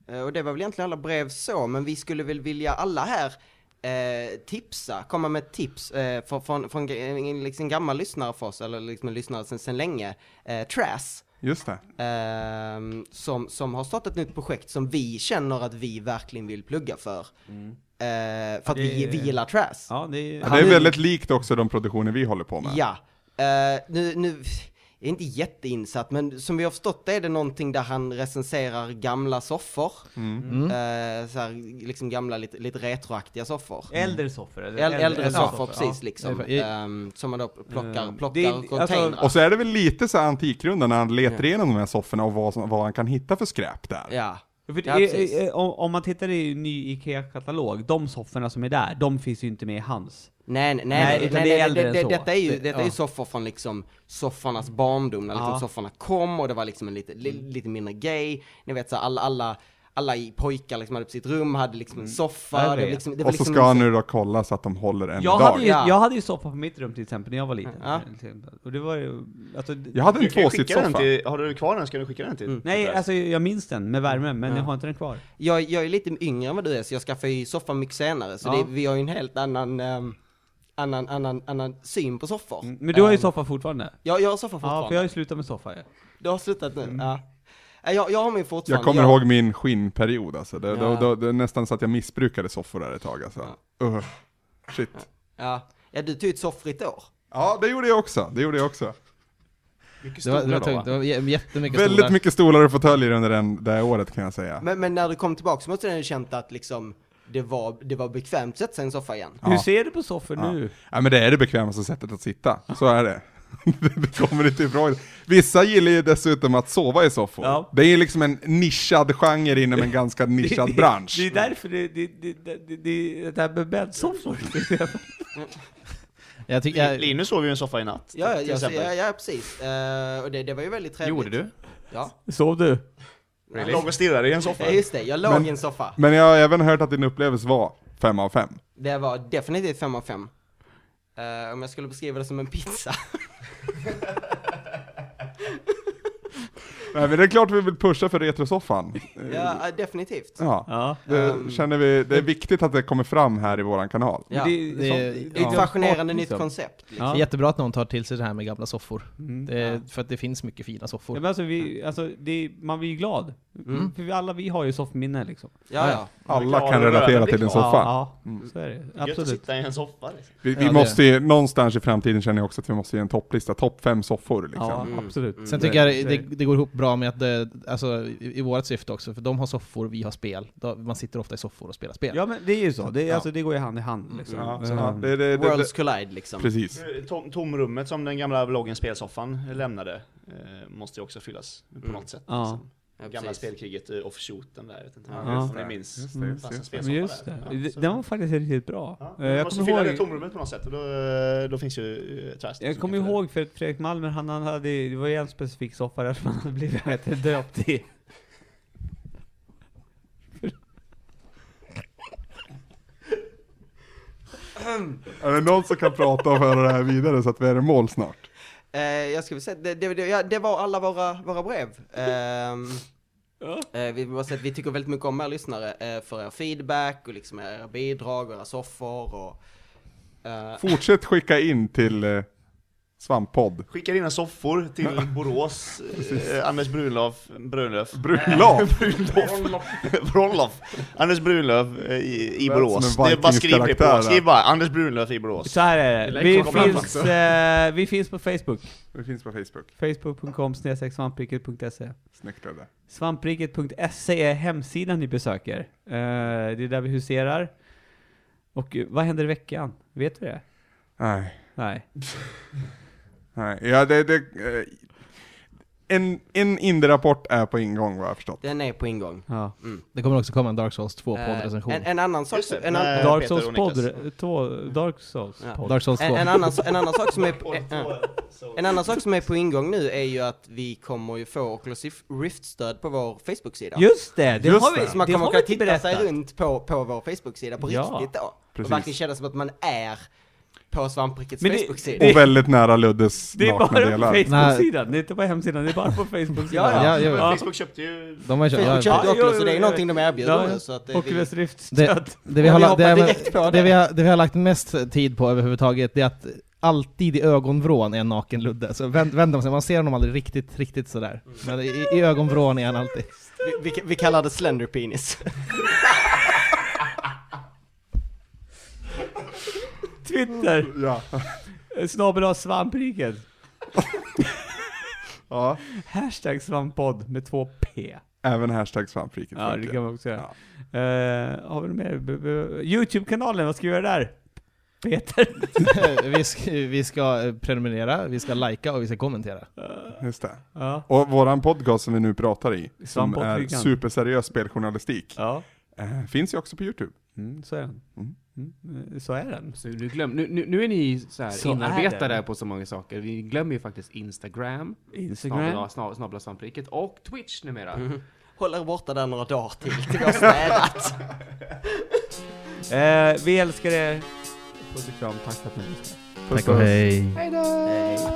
F: eh, och det var väl egentligen alla brev så, men vi skulle väl vilja alla här eh, tipsa, komma med tips eh, från, från, från en- en liksom gammal lyssnare för oss, eller liksom en lyssnare sedan, sedan länge, eh, Trass.
E: Just det.
F: ehm, som, som har startat ett nytt projekt som vi känner att vi verkligen vill plugga för. Eh, för att vi,
A: Mm. Det-
F: vi gillar Trass.
A: Ja, det
E: Det är
F: är-
E: väldigt likt också de produktioner vi håller på med.
F: Ja. Eh, nu, nu jag är inte jätteinsatt, men som vi har förstått det är det någonting där han recenserar gamla soffor.
D: Mm.
F: Eh, så här, liksom gamla, lite, lite retroaktiga soffor.
A: Äldre soffor. eller-
F: Mm. Äl- äldre soffor,
A: ja.
F: precis liksom.
D: Det är-
F: Ehm, som man då plockar,
A: Ehm,
F: plockar
A: det är-
F: och containrar.
A: alltså-
E: Och så är det väl lite så här Antikrundan när han letar igenom de här sofforna och vad, som, vad han kan hitta för skräp där.
F: ja.
A: För det,
F: Ja, precis.
A: eh, eh, om, om man tittar i ny IKEA-katalog, de sofforna som är där, de finns ju inte med i hans.
F: Nej, nej,
A: Nej,
F: nej,
A: utan
F: nej,
A: det är
F: nej,
A: äldre
F: det,
A: än
F: det,
A: så.
F: detta är ju, detta är ju
D: ja.
F: soffor från liksom soffornas barndom, när liksom
A: Ja.
F: sofforna kom och det var liksom en lite, li, lite mindre gay, ni vet så här, alla, alla, alla i pojkar liksom hade på sitt rum, hade liksom en
A: Jag
F: soffa, det
A: vet.
F: var liksom, det var
E: och så
F: liksom
E: ska han nu då kolla så att de håller en
A: Jag
E: dag.
A: hade, ju,
F: Ja.
A: jag hade ju soffa på mitt rum till exempel när jag var liten.
F: Ja.
A: Till exempel. Och det var ju, alltså, d-
E: Jag hade en
B: Du kan ju skicka den
E: tvåsitssoffa.
B: till, har du kvar den ska du skicka den till?
A: Nej, alltså jag minns den med värme, men
F: Ja.
A: jag har inte den kvar.
F: jag, jag är lite yngre än vad du är, så jag skaffade ju soffan mycket senare, så
A: Ja.
F: det, vi har ju en helt annan, ehm, annan, annan, annan syn på soffor.
A: Mm, Men du har ju
F: Ehm,
A: soffa fortfarande.
F: Ja, jag har soffa
A: Ja,
F: fortfarande.
A: för jag Mm. har ju slutat med soffa ju.
F: Du har slutat nu? Ja. Nej, Jag, jag har min fortfarande.
E: Jag kommer
F: jag,
E: ihåg min skinnperiod alltså. Det, då,
F: Ja.
E: då, det är nästan så att jag missbrukade soffor där ett tag alltså. Uh, shit.
F: Ja. Ja, du tog ett soffrigt år.
E: Ja, det gjorde jag också. Det gjorde jag också.
D: Det var, det var tungt, det var jä- jättemycket
E: Väldigt
D: stolar.
E: mycket stolar och fåtöljer under den, det här året kan jag säga.
F: Men, men när du kom tillbaka så måste du ha känt att liksom, det var, det var bekvämt att sätta sig i en soffa igen.
E: Ja.
A: Hur ser du på soffor nu?
E: Ja, men det är det bekvämaste sättet att sitta. Så är det. (laughs) det kommer inte ifrån. Vissa gillar ju dessutom att sova i soffor.
A: Ja.
E: Det är ju liksom en nischad genre inom en ganska nischad bransch.
A: Det, det, det är därför det, det, det, det, det, det, det här med bäddsoffor.
D: Jag tycker,
B: Li-
D: jag,
B: Linus sov ju i en soffa i natt.
F: Ja,
B: till
F: ja, ja,
B: exempel.
F: ja, ja precis. Eh, och det, det var ju väldigt trevligt.
C: Gjorde du?
F: Ja.
A: Sov du?
B: Jag låg och stirrade i en soffa.
F: ja, just det. Jag låg
E: Men-
F: i en soffa.
E: Men jag har även hört att din upplevelse var fem av fem.
F: Det var definitivt fem av fem. Eh, om jag skulle beskriva det som en pizza.
E: Nej, men det är klart vi vill pusha för retrosoffan.
F: ja, eh, definitivt.
E: Ja.
A: Ja.
E: Det känner vi, det är viktigt att det kommer fram här i våran kanal.
F: Ja. Det,
A: Det,
D: det-
A: sånt-
F: är ett
D: ja.
F: fascinerande nytt
A: liksom.
F: koncept. Liksom.
D: det är
A: Ja.
D: jättebra att någon tar till sig det här med gamla soffor.
B: Mm.
D: Det, är- För att det finns mycket fina
A: Ja,
D: soffor.
A: men alltså, vi, alltså det, man blir ju glad. För vi alla vi har ju soffminne liksom.
F: Ja, ja.
E: Alla kan relatera till din soffa.
A: Ja, ja. så är det.
B: Mm. Gött att
A: Absolut.
B: sitta i en soffa. Liksom.
E: Vi,
D: Ja,
E: vi
D: det-
E: måste ju, någonstans i framtiden känner jag också att vi måste ge en topplista, topp fem soffor
A: Ja,
E: liksom.
B: Mm.
A: absolut.
D: Sen
A: Det-
D: tycker jag det, det går ihop bra med att det, alltså, i, i vårt syfte också, för de har soffor, vi har spel. Då- Man sitter ofta i soffor och spelar spel.
A: Ja men det är ju så, det, är- alltså, det går ju hand i hand liksom.
E: Ja, ja, det, det, det, det,
F: Worlds collide liksom.
E: precis.
A: Mm.
B: Eh, Tom, tomrummet som den gamla bloggen Spelsoffan lämnade eh, måste ju också fyllas på något sätt.
A: Mm. Ja.
B: Liksom.
F: Ja,
B: Gamla
F: precis.
B: spelkriget eh, offshooten där, jag vet inte
E: Ja, just
B: om ni
E: det.
B: minns.
E: Just det, just
B: Fast en
E: det.
A: Men
B: spelsoffa
A: just
B: där.
A: det,
B: Ja,
A: det-
B: så-
A: den var faktiskt riktigt bra.
B: Ja,
A: Eh,
B: man
A: jag
B: måste
A: kommer
B: fylla
A: ihåg...
B: det tomrummet på något sätt och då, eh, då finns ju eh, Trust.
A: Jag kommer ihåg för att Fredrik Malmer, han, han hade, det var ju en specifik soffa där som han hade blivit (laughs) vad heter det, döpt i.
E: Är det någon som kan prata och föra det här vidare så att vi är i mål snart?
F: Eh, jag ska väl säga, det, det, det, ja, det var alla våra, våra brev. Ehm, eh, vi, vill bara säga att vi tycker väldigt mycket om er lyssnare eh, för er feedback och liksom era bidrag och era soffor och... eh,
E: Fortsätt skicka in till eh, svamppodd.
B: Skickar in en soffor till Borås, eh, Anders Brunlöf, Brunlöf. (laughs)
E: Brunlöf.
B: Brunlöf. Brunlöf. Anders Brunlöf eh, i, i
E: Lät som
B: Borås.
E: en
B: Det är bara skriv det
E: Vikings-karaktär
B: på,
E: där.
B: skriv bara Anders Brunlöf i Borås.
A: Så här är det,
C: Det
A: vi
C: lär komma
A: finns, eh, vi finns på Facebook.
E: Det finns på Facebook.
A: Facebook.com snedstreck svampriket.se
E: Snyggt Ludde.
A: Svampriket.se är hemsidan ni besöker. Eh, det är där vi huserar. Och eh, vad händer i veckan? Vet vi det?
E: Nej,
A: Nej.
E: nej. Ja, det, det, eh, en, en indie-rapport är på ingång vad jag har förstått.
F: den är på ingång.
A: Ja.
D: Det kommer också komma en Dark Souls 2
F: Eh,
D: poddrecension.
F: en, en annan sak...
B: Just det,
F: En, an,
B: nej.
A: Eh, Dark
B: Peter
A: Souls
B: och Niklas.
A: podd, två, Dark Souls
F: Ja.
A: podd.
D: Dark Souls 2.
F: en, en, annan, en annan sak som är... eh, eh.
B: Så-
F: En annan sak som är på ingång nu är ju att vi kommer ju få Oculus Rift-stöd på vår Facebook-sida.
A: Just det! Det
E: Just
A: har vi,
E: det.
F: Så man
A: det
F: kommer
A: har
F: kunna
A: vi inte
F: titta sig
A: berättat.
F: runt på, på vår Facebook-sida på
A: Ja,
F: riktigt då.
E: precis.
F: Och verkligen känna som att man är på Svamprikets
A: Men det-
F: Facebook-sida.
E: Och väldigt nära Luddes
A: Det är
E: nakna
A: bara på
E: delar.
A: Facebook-sidan, det är inte på hemsidan, det är bara på Facebook-sidan.
D: Ja, ja, ja.
B: Men Facebook köpte ju...
D: De har ju
F: Facebook
D: kört, ja,
F: köpte
A: ja,
F: Oculus
A: ja,
F: och det är
A: ja,
F: någonting de erbjuder
A: Ja, ja.
F: nu så att eh, vi,
A: Oculus Rift-stöd.
D: det, det, vi
F: Ja,
D: har,
F: vi
D: la- det,
F: hoppar
D: här
F: direkt på
D: med-
F: det.
D: det, vi har, det vi har lagt mest tid på överhuvudtaget, det är att alltid i ögonvrån är en naken Ludde. Så vänd, vänder man sig, man ser honom aldrig riktigt, riktigt sådär. Men i, i ögonvrån är han (laughs) alltid.
F: vi, vi, vi kallar det slender penis.
A: Twitter,
E: (laughs) Ja.
A: snabel av svampriket.
E: ja,
A: Hashtag svamppodd med två P.
E: även hashtag svampriket.
A: Ja, det
E: funkar.
A: kan man också göra. Eh, har vi något mer? B- b- Youtube-kanalen, vad ska vi göra där? Peter? (laughs)
D: vi, ska, vi ska eh, prenumerera, vi ska lajka och vi ska kommentera.
E: Just det.
A: Ja.
E: Och våran podcast som vi nu pratar i, som
A: Svamppodd
E: är
A: Fyrkant.
E: superseriös speljournalistik,
A: Ja,
E: eh, finns ju också på YouTube.
A: mm, så är den.
E: Mm.
A: Mm, eh, Så är den.
C: Så du glöm, nu, nu, nu är ni så här
A: Så är
C: inarbetade
A: det.
C: på så många saker. Vi glömmer ju faktiskt Instagram,
A: Instagram.
C: snabel-a- sna- snabel-a svampriket och Twitch numera.
F: Håll er borta där några dagar till, till (laughs) vi har städat.
A: Eh, vi älskar er. Puss och kram, tack för att ni lyssnade.
D: Tack och hej.
F: Hej.